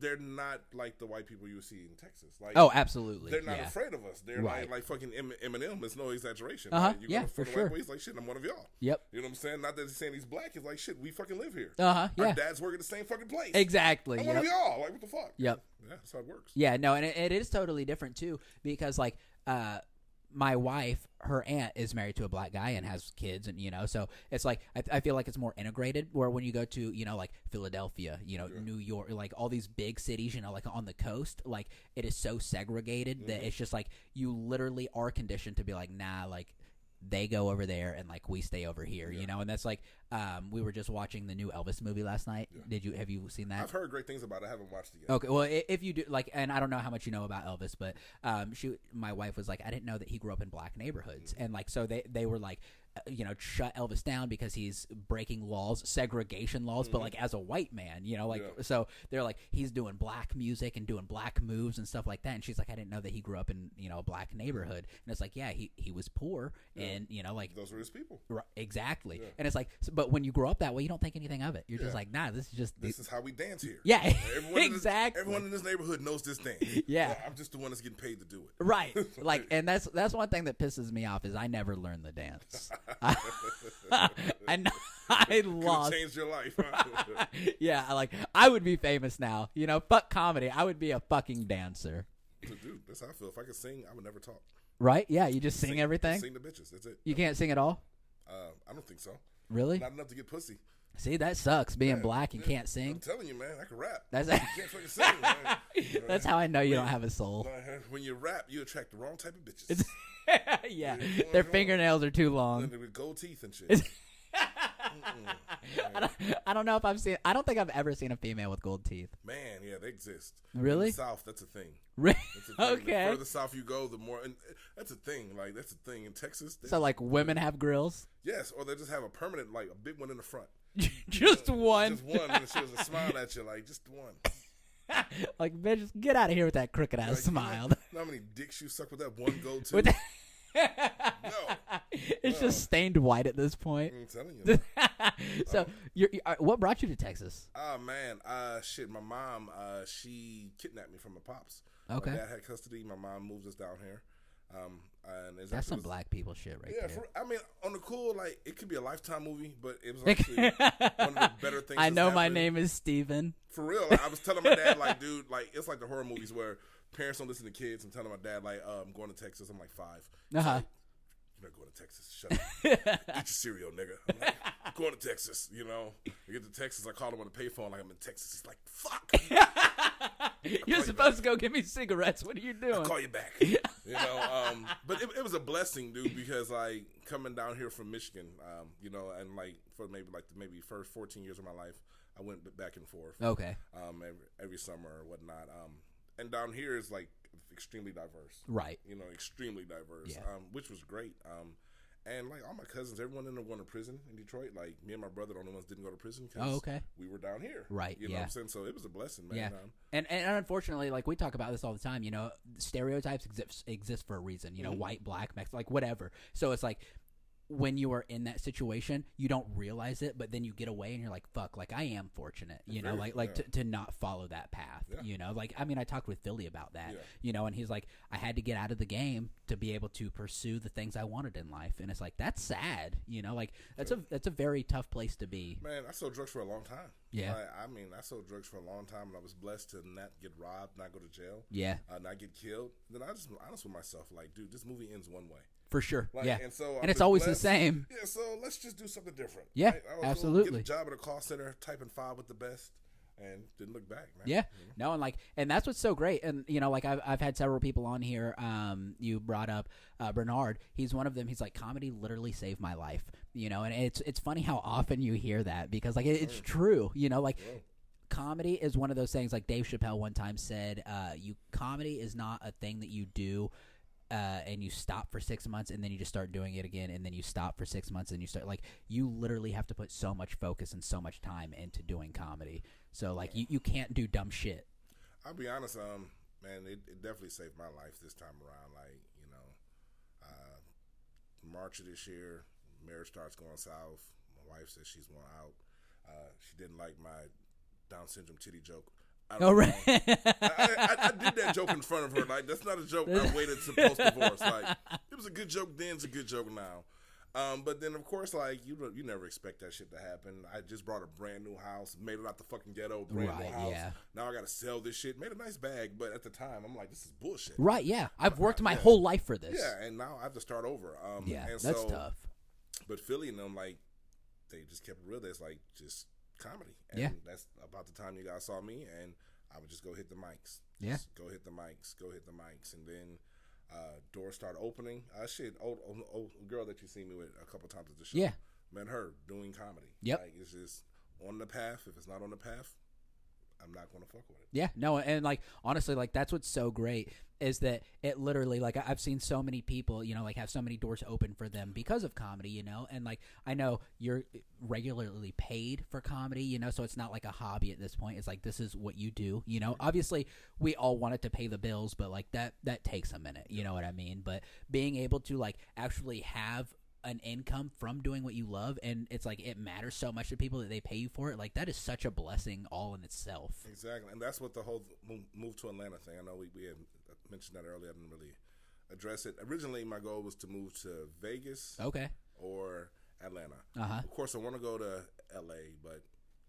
[SPEAKER 2] they're not like the white people you see in Texas. Like,
[SPEAKER 1] Oh, absolutely.
[SPEAKER 2] they're not
[SPEAKER 1] yeah.
[SPEAKER 2] afraid of us. They're
[SPEAKER 1] Right.
[SPEAKER 2] like, like fucking M- Eminem. It's no exaggeration.
[SPEAKER 1] Uh-huh.
[SPEAKER 2] Like, you go
[SPEAKER 1] Yeah,
[SPEAKER 2] to
[SPEAKER 1] for
[SPEAKER 2] Florida
[SPEAKER 1] sure.
[SPEAKER 2] White Boy, he's like, shit, I'm one of y'all.
[SPEAKER 1] Yep.
[SPEAKER 2] You know what I'm saying? Not that he's saying he's black. He's like, shit, we fucking live here.
[SPEAKER 1] Uh huh.
[SPEAKER 2] Our Oh,
[SPEAKER 1] Yeah.
[SPEAKER 2] dads work at the same fucking place.
[SPEAKER 1] Exactly.
[SPEAKER 2] I'm
[SPEAKER 1] yep.
[SPEAKER 2] one of y'all. Like, what the fuck?
[SPEAKER 1] Yep.
[SPEAKER 2] Yeah, that's how it works.
[SPEAKER 1] Yeah, no, and it, it is totally different too because like uh my wife, her aunt is married to a black guy and has kids, and you know, so it's like I, I feel like it's more integrated. Where when you go to you know like Philadelphia, you know
[SPEAKER 2] Yeah.
[SPEAKER 1] New York, like all these big cities, you know, like on the coast, like it is so segregated
[SPEAKER 2] Mm-hmm.
[SPEAKER 1] that it's just like you literally are conditioned to be like, nah, like they go over there and like we stay over here, you
[SPEAKER 2] Yeah.
[SPEAKER 1] know, and that's like um we were just watching the new Elvis movie last night.
[SPEAKER 2] Yeah.
[SPEAKER 1] Did you have you seen that?
[SPEAKER 2] I've heard great things about it. I haven't watched it yet.
[SPEAKER 1] Okay, well, i- if you do like, and I don't know how much you know about Elvis, but um, she, my wife was like, I didn't know that he grew up in black neighborhoods,
[SPEAKER 2] Mm.
[SPEAKER 1] and like, so they they were like, uh, you know, shut Elvis down because he's breaking laws, segregation laws, but like as a white man, you know, like,
[SPEAKER 2] Mm-hmm. Yeah.
[SPEAKER 1] so they're like, he's doing black music and doing black moves and stuff like that, and she's like, I didn't know that he grew up in you know a black neighborhood, and it's like, yeah, he he was poor,
[SPEAKER 2] Yeah.
[SPEAKER 1] and you know, like
[SPEAKER 2] Those are his people.
[SPEAKER 1] ri- exactly,
[SPEAKER 2] Yeah.
[SPEAKER 1] and it's like, s- but when you grow up that way, you don't think anything of it. You're
[SPEAKER 2] Yeah.
[SPEAKER 1] just like, nah, this is just.
[SPEAKER 2] This is how we dance here.
[SPEAKER 1] *laughs* yeah,
[SPEAKER 2] in this-
[SPEAKER 1] exactly.
[SPEAKER 2] everyone in this neighborhood knows this thing.
[SPEAKER 1] *laughs* Yeah.
[SPEAKER 2] I'm just the one that's getting paid to do it. *laughs*
[SPEAKER 1] Right. Like and that's that's one thing that pisses me off is I never learned the
[SPEAKER 2] *laughs*
[SPEAKER 1] dance. *laughs* I, and I
[SPEAKER 2] Could have
[SPEAKER 1] lost.
[SPEAKER 2] changed your life. huh? *laughs*
[SPEAKER 1] yeah, I like I would be famous now. You know, fuck comedy. I would be a fucking dancer.
[SPEAKER 2] Dude, that's how I feel. If I could sing, I would never talk.
[SPEAKER 1] Right? Yeah, you just sing, everything.
[SPEAKER 2] Sing the bitches. That's it.
[SPEAKER 1] You can't sing at all?
[SPEAKER 2] Uh, I don't think so.
[SPEAKER 1] Really?
[SPEAKER 2] Not enough to get pussy.
[SPEAKER 1] See, that sucks being
[SPEAKER 2] Yeah,
[SPEAKER 1] black and
[SPEAKER 2] yeah.
[SPEAKER 1] can't
[SPEAKER 2] I'm
[SPEAKER 1] sing.
[SPEAKER 2] telling you, man, I can rap.
[SPEAKER 1] *laughs* That's
[SPEAKER 2] *laughs* you can't fucking sing.
[SPEAKER 1] *laughs*
[SPEAKER 2] Man. You know,
[SPEAKER 1] That's how I know you don't have a soul.
[SPEAKER 2] When you rap, you attract the wrong type of bitches.
[SPEAKER 1] *laughs* yeah.
[SPEAKER 2] Yeah.
[SPEAKER 1] Their fingernails are too long.
[SPEAKER 2] *laughs* And they with gold teeth and shit.
[SPEAKER 1] I don't, *laughs* I don't know if I've seen I don't think I've ever seen a female with gold teeth. *laughs*
[SPEAKER 2] Man, yeah, they exist.
[SPEAKER 1] Really?
[SPEAKER 2] In the south, that's a thing. That's a thing. The
[SPEAKER 1] okay.
[SPEAKER 2] further south you go, the more. And uh, that's a thing. Like that's a thing in Texas. they-
[SPEAKER 1] So like women have grills? *laughs*
[SPEAKER 2] yes, or they just have a permanent, like a big one in the front.
[SPEAKER 1] just one.
[SPEAKER 2] Just one, and she was
[SPEAKER 1] *laughs*
[SPEAKER 2] a smile at you, like just one.
[SPEAKER 1] like, bitch, just get out of here with that crooked ass
[SPEAKER 2] Like, you know
[SPEAKER 1] smile. *laughs*
[SPEAKER 2] How many dicks you suck with that one gold tooth?
[SPEAKER 1] With *laughs* that-
[SPEAKER 2] no,
[SPEAKER 1] it's
[SPEAKER 2] Oh.
[SPEAKER 1] just stained white at this point.
[SPEAKER 2] I'm telling
[SPEAKER 1] *laughs*
[SPEAKER 2] you. Mm.
[SPEAKER 1] so, you're, you uh, what brought you to Texas?
[SPEAKER 2] Oh man, uh, shit. My mom, uh, she kidnapped me from my pops.
[SPEAKER 1] Okay.
[SPEAKER 2] My dad had custody. My mom moved us down here. Um, and it's
[SPEAKER 1] That's
[SPEAKER 2] actually
[SPEAKER 1] some
[SPEAKER 2] was-
[SPEAKER 1] black people shit right
[SPEAKER 2] Yeah,
[SPEAKER 1] there.
[SPEAKER 2] for, I mean, on the cool, like it could be a lifetime movie, but it was
[SPEAKER 1] *laughs*
[SPEAKER 2] actually one of the better things.
[SPEAKER 1] I
[SPEAKER 2] that's
[SPEAKER 1] know my
[SPEAKER 2] happened.
[SPEAKER 1] name is Steven.
[SPEAKER 2] For real, like, I was telling my
[SPEAKER 1] *laughs*
[SPEAKER 2] dad, like, dude, like it's like the horror movies where parents don't listen to kids. I'm telling my dad, like, uh, I'm going to Texas. I'm like five. He's
[SPEAKER 1] Uh-huh.
[SPEAKER 2] like, You're not going to Texas. Shut
[SPEAKER 1] *laughs*
[SPEAKER 2] up. Eat your cereal, nigga. I'm like, "I'm going to Texas. You know, I get to Texas. I call him on the payphone, like I'm in Texas. He's like, fuck.
[SPEAKER 1] *laughs* You're supposed to go get me cigarettes. What are you doing?
[SPEAKER 2] call you back.
[SPEAKER 1] *laughs*
[SPEAKER 2] You know, um, but it, it was a blessing, dude, because like coming down here from Michigan, um, you know, and like for maybe like the maybe first 14 years of my life, I went b- back and forth,
[SPEAKER 1] Okay,
[SPEAKER 2] um, every, every summer or whatnot. Um, and down here is like extremely diverse,
[SPEAKER 1] right.
[SPEAKER 2] you know, extremely diverse,
[SPEAKER 1] Yeah.
[SPEAKER 2] um, which was great. Um, and like all my cousins, everyone ended up going to prison in Detroit. Like me and my brother, the only ones didn't go to prison.
[SPEAKER 1] Oh, okay.
[SPEAKER 2] We were down here,
[SPEAKER 1] Right,
[SPEAKER 2] You know what
[SPEAKER 1] yeah.
[SPEAKER 2] I'm saying? So it was a blessing, man.
[SPEAKER 1] Yeah.
[SPEAKER 2] Um,
[SPEAKER 1] And, and unfortunately, like we talk about this all the time, you know, stereotypes exist exist for a reason. You know,
[SPEAKER 2] Mhm.
[SPEAKER 1] white, black, Mexican, like whatever. So it's like when you are in that situation, you don't realize it, but then you get away and you're like, "Fuck!" Like I am fortunate, you know,
[SPEAKER 2] Very,
[SPEAKER 1] like like
[SPEAKER 2] yeah.
[SPEAKER 1] to, to not follow that path.
[SPEAKER 2] Yeah.
[SPEAKER 1] You know, like I mean, I talked with Philly about that,
[SPEAKER 2] Yeah.
[SPEAKER 1] you know, and he's like, "I had to get out of the game to be able to pursue the things I wanted in life," and it's like that's sad, you know, like that's a that's a very tough place to be.
[SPEAKER 2] Man, I sold drugs for a long time.
[SPEAKER 1] Yeah.
[SPEAKER 2] Like, I mean, I sold drugs for a long time, and I was blessed to not get robbed, not go to jail,
[SPEAKER 1] Yeah,
[SPEAKER 2] uh, not get killed. Then I just was honest with myself, like, dude, this movie ends one way.
[SPEAKER 1] for sure.
[SPEAKER 2] Like,
[SPEAKER 1] yeah,
[SPEAKER 2] and so I've
[SPEAKER 1] and it's
[SPEAKER 2] been
[SPEAKER 1] always
[SPEAKER 2] blessed.
[SPEAKER 1] the same.
[SPEAKER 2] Yeah, so let's just do something different.
[SPEAKER 1] Yeah,
[SPEAKER 2] Like, I was
[SPEAKER 1] absolutely.
[SPEAKER 2] Get a job at a call center, typing five with the best, and didn't look back, man.
[SPEAKER 1] Yeah. No, and like, and that's what's so great. And you know, like I've I've had several people on here. Um, you brought up uh, Bernard. He's one of them. He's like, comedy literally saved my life. You know, and it's it's funny how often you hear that because like it, it's true. You know, like. Comedy is one of those things. Like Dave Chappelle one time said, uh, "You comedy is not a thing that you do uh, and you stop for six months and then you just start doing it again and then you stop for six months and you start like you literally have to put so much focus and so much time into doing comedy so like you, you can't do dumb shit
[SPEAKER 2] I'll be honest, um, man, it, it definitely saved my life this time around. Like, you know, uh, March of this year, marriage starts going south. My wife says she's going out. Uh, she didn't like my Down syndrome titty joke. I
[SPEAKER 1] Oh,
[SPEAKER 2] don't
[SPEAKER 1] right.
[SPEAKER 2] know. I, I, I did that joke in front of her. Like that's not a joke. I waited to post divorce. Like it was a good joke then. It's a good joke now. Um, but then of course, like you don't, you never expect that shit to happen. I just brought a brand new house, made it out the fucking ghetto, brand new
[SPEAKER 1] Right,
[SPEAKER 2] house.
[SPEAKER 1] yeah.
[SPEAKER 2] Now I gotta sell this shit. Made a nice bag, but at the time I'm like, this is bullshit.
[SPEAKER 1] *laughs* right. Yeah. I've worked my whole life for this.
[SPEAKER 2] Yeah, and now I have to start over. Um,
[SPEAKER 1] Yeah,
[SPEAKER 2] and
[SPEAKER 1] that's
[SPEAKER 2] so,
[SPEAKER 1] tough.
[SPEAKER 2] But Philly and them, like, they just kept it real. That's like just comedy. And
[SPEAKER 1] Yeah.
[SPEAKER 2] that's about the time you guys saw me, and I would just go hit the mics.
[SPEAKER 1] Yeah.
[SPEAKER 2] Just go hit the mics. Go hit the mics, and then. Uh, doors start opening. Uh, shit, old, old, old girl that you see me with a couple times at the show.
[SPEAKER 1] Yeah.
[SPEAKER 2] met her doing comedy.
[SPEAKER 1] Yep.
[SPEAKER 2] like, it's just on the path. If it's not on the path, I'm not gonna fuck with it.
[SPEAKER 1] Yeah, no, and like honestly, like that's what's so great is that it literally like I- I've seen so many people, you know, like have so many doors open for them because of comedy, you know, and like I know you're regularly paid for comedy, you know, so it's not like a hobby at this point. It's like this is what you do, you know. Obviously, we all wanted to pay the bills, but like that that takes a minute, you know what I mean? But being able to like actually have an income from doing what you love and it's like it matters so much to people that they pay you for it like that is such a blessing all in itself
[SPEAKER 2] Exactly, and that's what the whole move, move to Atlanta thing. I know we, we had mentioned that earlier. I didn't really address it. Originally, my goal was to move to Vegas
[SPEAKER 1] okay
[SPEAKER 2] or Atlanta.
[SPEAKER 1] Oh. Uh-huh.
[SPEAKER 2] Of course, I want to go to L.A., but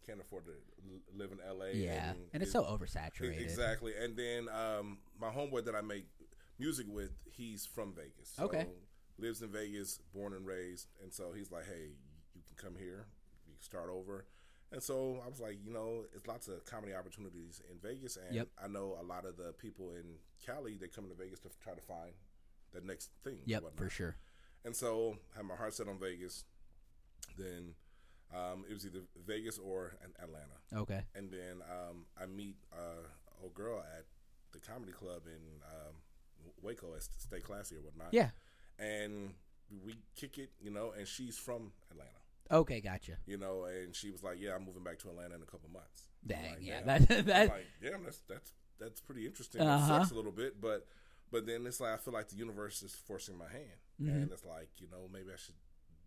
[SPEAKER 2] can't afford to l- live in L.A.
[SPEAKER 1] Yeah, and, it's so oversaturated.
[SPEAKER 2] e-, exactly. And then um, my homeboy that I make music with, he's from Vegas. So
[SPEAKER 1] Okay.
[SPEAKER 2] Lives in Vegas, born and raised, and so he's like, "Hey, you can come here, you can start over." And so I was like, you know, it's lots of comedy opportunities in Vegas, and
[SPEAKER 1] Yep.
[SPEAKER 2] I know a lot of the people in Cali they come to Vegas to try to find the next thing.
[SPEAKER 1] Yep,
[SPEAKER 2] whatnot.
[SPEAKER 1] for sure.
[SPEAKER 2] And so I had my heart set on Vegas. Then um, it was either Vegas or an Atlanta.
[SPEAKER 1] Okay.
[SPEAKER 2] And then um, I meet uh, a girl at the comedy club in um, Waco at Stay Classy or whatnot.
[SPEAKER 1] Yeah.
[SPEAKER 2] And we kick it, you know, and she's from Atlanta,
[SPEAKER 1] Okay, gotcha.
[SPEAKER 2] you know, and she was like, yeah, I'm moving back to Atlanta in a couple months. I'm
[SPEAKER 1] Dang,
[SPEAKER 2] like,
[SPEAKER 1] yeah.
[SPEAKER 2] "Damn."
[SPEAKER 1] That *laughs*
[SPEAKER 2] I'm
[SPEAKER 1] that
[SPEAKER 2] like, damn, that's that's that's pretty interesting. It
[SPEAKER 1] Uh-huh.
[SPEAKER 2] sucks a little bit, but but then it's like I feel like the universe is forcing my hand,
[SPEAKER 1] Mm-hmm.
[SPEAKER 2] and it's like you know maybe I should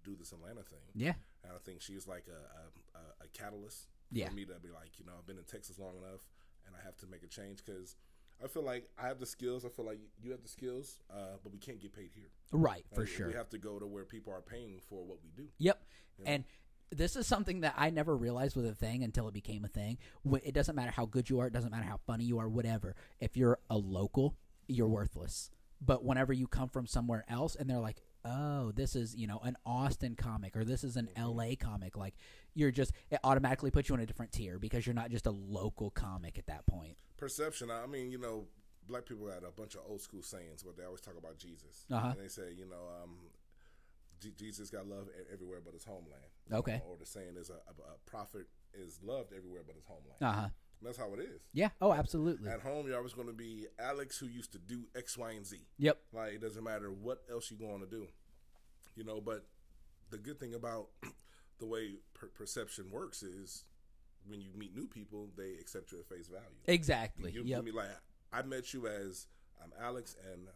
[SPEAKER 2] do this Atlanta thing.
[SPEAKER 1] yeah.
[SPEAKER 2] And I think she was like a a, a, a catalyst
[SPEAKER 1] Yeah.
[SPEAKER 2] for me to be like you know I've been in Texas long enough, and I have to make a change because I feel like I have the skills. I feel like you have the skills, uh, but we can't get paid here
[SPEAKER 1] Right, for
[SPEAKER 2] Like,
[SPEAKER 1] sure.
[SPEAKER 2] We have to go to where people are paying for what we do.
[SPEAKER 1] Yep. And this is something that I never realized was a thing until it became a thing. Wh- It doesn't matter how good you are, it doesn't matter how funny you are, whatever. If you're a local, you're worthless. But whenever you come from somewhere else and they're like, oh, this is, you know, an Austin comic or this is an LA comic, like you're just, it automatically puts you in a different tier because you're not just a local comic at that point.
[SPEAKER 2] perception. I mean, you know, black people got a bunch of old school sayings, but they always talk about Jesus,
[SPEAKER 1] Uh-huh.
[SPEAKER 2] and they say, you know, um, Je- Jesus got love e- everywhere but his homeland. you
[SPEAKER 1] Okay.
[SPEAKER 2] know, or the saying is a, a, a prophet is loved everywhere but his homeland.
[SPEAKER 1] Uh huh.
[SPEAKER 2] And that's how it is.
[SPEAKER 1] Yeah. Oh, absolutely.
[SPEAKER 2] At home, you're always going to be Alex, who used to do X, Y, and Z.
[SPEAKER 1] Yep.
[SPEAKER 2] Like it doesn't matter what else you're going to do, you know. But the good thing about *clears throat* the way per- perception works is when you meet new people, they accept you at face value.
[SPEAKER 1] Exactly.
[SPEAKER 2] You
[SPEAKER 1] yep.
[SPEAKER 2] I mean, like I met you as I'm Alex and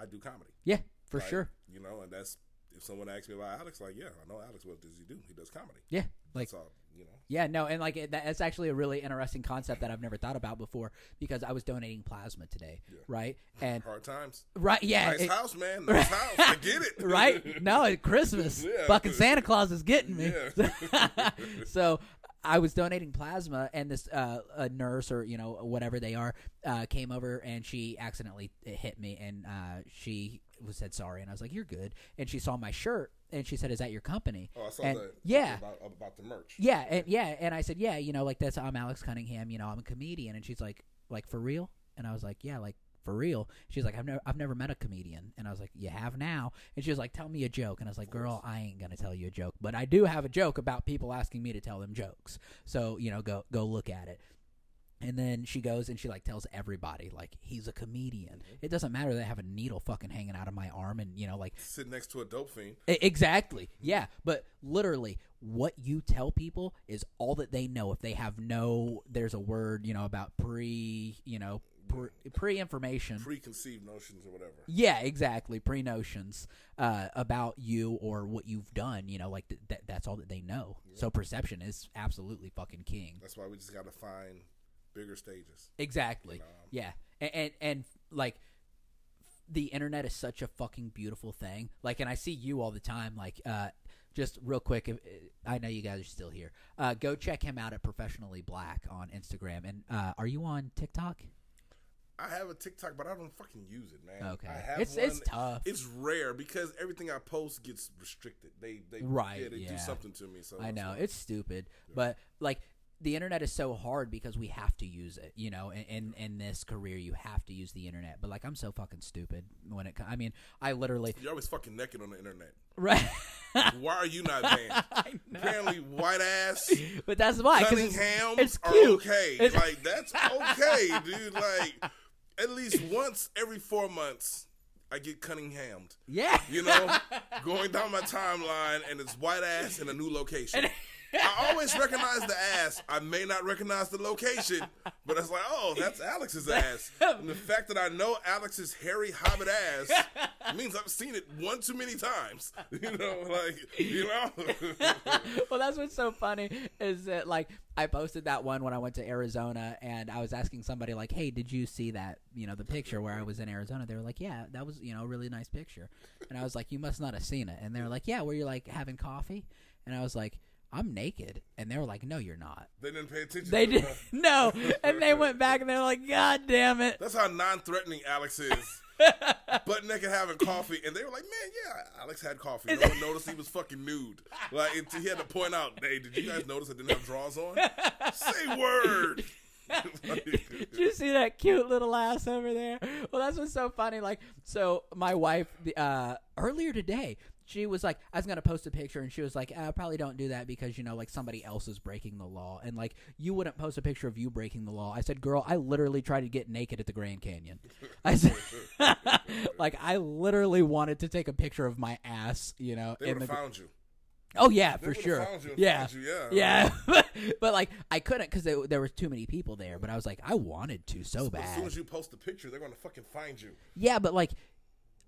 [SPEAKER 2] I do comedy.
[SPEAKER 1] yeah, for
[SPEAKER 2] Like,
[SPEAKER 1] sure.
[SPEAKER 2] You know, and that's if someone asks me about Alex, like, yeah, I know Alex. What does he do? He does comedy.
[SPEAKER 1] Yeah. Like
[SPEAKER 2] That's all. You know.
[SPEAKER 1] yeah, no, and like it, that- that's actually a really interesting concept that I've never thought about before because I was donating plasma today, right?
[SPEAKER 2] *laughs*
[SPEAKER 1] And
[SPEAKER 2] Hard times.
[SPEAKER 1] right, yeah,
[SPEAKER 2] Nice
[SPEAKER 1] it-
[SPEAKER 2] house, man.
[SPEAKER 1] *laughs*
[SPEAKER 2] Nice house. I get it. *laughs*
[SPEAKER 1] right? No, at Christmas,
[SPEAKER 2] Yeah.
[SPEAKER 1] fucking Santa Claus is getting me.
[SPEAKER 2] Yeah.
[SPEAKER 1] *laughs* so I was donating plasma, and this uh, a nurse or you know whatever they are uh, came over, and she accidentally hit me, and uh, she was said sorry, and I was like, "You're good," and she saw my shirt, and she said, "Is that your company?"
[SPEAKER 2] Oh, I saw
[SPEAKER 1] and,
[SPEAKER 2] that.
[SPEAKER 1] Yeah,
[SPEAKER 2] About, about the merch.
[SPEAKER 1] yeah, and yeah, and I said, yeah, you know, like that's I'm Alex Cunningham, you know, I'm a comedian, and she's like, like for real, and I was like, yeah, like for real. She's like, I've never, I've never met a comedian, and I was like, you have now, and she was like, tell me a joke, and I was like, girl, I ain't gonna tell you a joke, but I do have a joke about people asking me to tell them jokes, so you know, go go look at it. And then she goes and she like tells everybody like he's a comedian. It doesn't matter that I have a needle fucking hanging out of my arm and you know like
[SPEAKER 2] Sit next to a dope fiend.
[SPEAKER 1] E- Exactly. Yeah, but literally, what you tell people is all that they know. If they have no, there's a word, you know, about pre, you know, pre, pre-information.
[SPEAKER 2] Preconceived notions or whatever.
[SPEAKER 1] yeah, exactly. Pre-notions uh, about you or what you've done. You know, like th- that. That's all that they know. So perception is absolutely fucking king.
[SPEAKER 2] That's why we just got to find bigger stages. um,
[SPEAKER 1] Exactly.
[SPEAKER 2] You know,
[SPEAKER 1] Yeah. And, and and like the internet is such a fucking beautiful thing. Like and I see you all the time like uh just real quick, if, I know you guys are still here. Uh, go check him out at Professionally Black on Instagram. And uh, are you on TikTok?
[SPEAKER 2] I have a TikTok, but I don't fucking use it, man.
[SPEAKER 1] Okay,
[SPEAKER 2] I have
[SPEAKER 1] it's
[SPEAKER 2] one.
[SPEAKER 1] it's tough.
[SPEAKER 2] It's rare because everything I post gets restricted. They they
[SPEAKER 1] Right,
[SPEAKER 2] yeah, they
[SPEAKER 1] yeah.
[SPEAKER 2] do something to me. So
[SPEAKER 1] I
[SPEAKER 2] that's
[SPEAKER 1] know
[SPEAKER 2] why.
[SPEAKER 1] it's stupid, but like the internet is so hard because we have to use it. You know, in, in in this career, you have to use the internet. But like, I'm so fucking stupid when it. co- I mean, I literally *laughs*
[SPEAKER 2] You're always fucking naked on the internet.
[SPEAKER 1] right.
[SPEAKER 2] Why are
[SPEAKER 1] *laughs*
[SPEAKER 2] you not banned?
[SPEAKER 1] I know.
[SPEAKER 2] Apparently, white ass
[SPEAKER 1] But that's why 'cause it's,
[SPEAKER 2] Cunninghams
[SPEAKER 1] it's
[SPEAKER 2] are
[SPEAKER 1] cute.
[SPEAKER 2] okay.
[SPEAKER 1] It's-
[SPEAKER 2] like that's okay, dude. Like at least once every four months, I get Cunninghammed.
[SPEAKER 1] yeah.
[SPEAKER 2] You know,
[SPEAKER 1] *laughs*
[SPEAKER 2] going down my timeline and it's white ass in a new location. I always recognize the ass. I may not recognize the location, but it's like, oh, that's Alex's ass.
[SPEAKER 1] *laughs*
[SPEAKER 2] And the fact that I know Alex's hairy hobbit ass means I've seen it one too many times. *laughs* You know, like,
[SPEAKER 1] *laughs*
[SPEAKER 2] you know.
[SPEAKER 1] well, that's what's so funny is that like I posted that one when I went to Arizona, and I was asking somebody like, "Hey, did you see that? You know, the picture where I was in Arizona?" They were like, "Yeah, that was you know a really nice picture," and I was like, "You must not have seen it." And they were like, "Yeah, were you like having coffee?" And I was like. I'm naked, and they were like, "No, you're not."
[SPEAKER 2] they didn't pay attention.
[SPEAKER 1] They
[SPEAKER 2] to
[SPEAKER 1] did
[SPEAKER 2] that.
[SPEAKER 1] *laughs* no, and they went back, and they were like, "God damn it!"
[SPEAKER 2] That's how non-threatening Alex is. Butt naked having coffee, and they were like, "Man, yeah, Alex had coffee. No one noticed he was fucking nude. Like it, he had to point out, hey, did you guys notice I didn't have drawers on? Say word." *laughs*
[SPEAKER 1] Did you see that cute little ass over there? Well, that's what's so funny. Like, so my wife the, uh, earlier today, she was like, I was gonna post a picture, and she was like, I probably don't do that because you know, like somebody else is breaking the law, and like you wouldn't post a picture of you breaking the law. I said, girl, I literally tried to get naked at the Grand Canyon. I said, *laughs* like I literally wanted to take a picture of my ass, you know,
[SPEAKER 2] they
[SPEAKER 1] in
[SPEAKER 2] would
[SPEAKER 1] the
[SPEAKER 2] have found you
[SPEAKER 1] oh yeah,
[SPEAKER 2] They
[SPEAKER 1] for
[SPEAKER 2] would've
[SPEAKER 1] sure,
[SPEAKER 2] found you and
[SPEAKER 1] yeah,
[SPEAKER 2] found you, yeah,
[SPEAKER 1] yeah, *laughs* but like I couldn't because there were too many people there. But I was like, I wanted to so
[SPEAKER 2] As soon
[SPEAKER 1] bad.
[SPEAKER 2] as you post the picture, they're gonna fucking find you.
[SPEAKER 1] Yeah, but like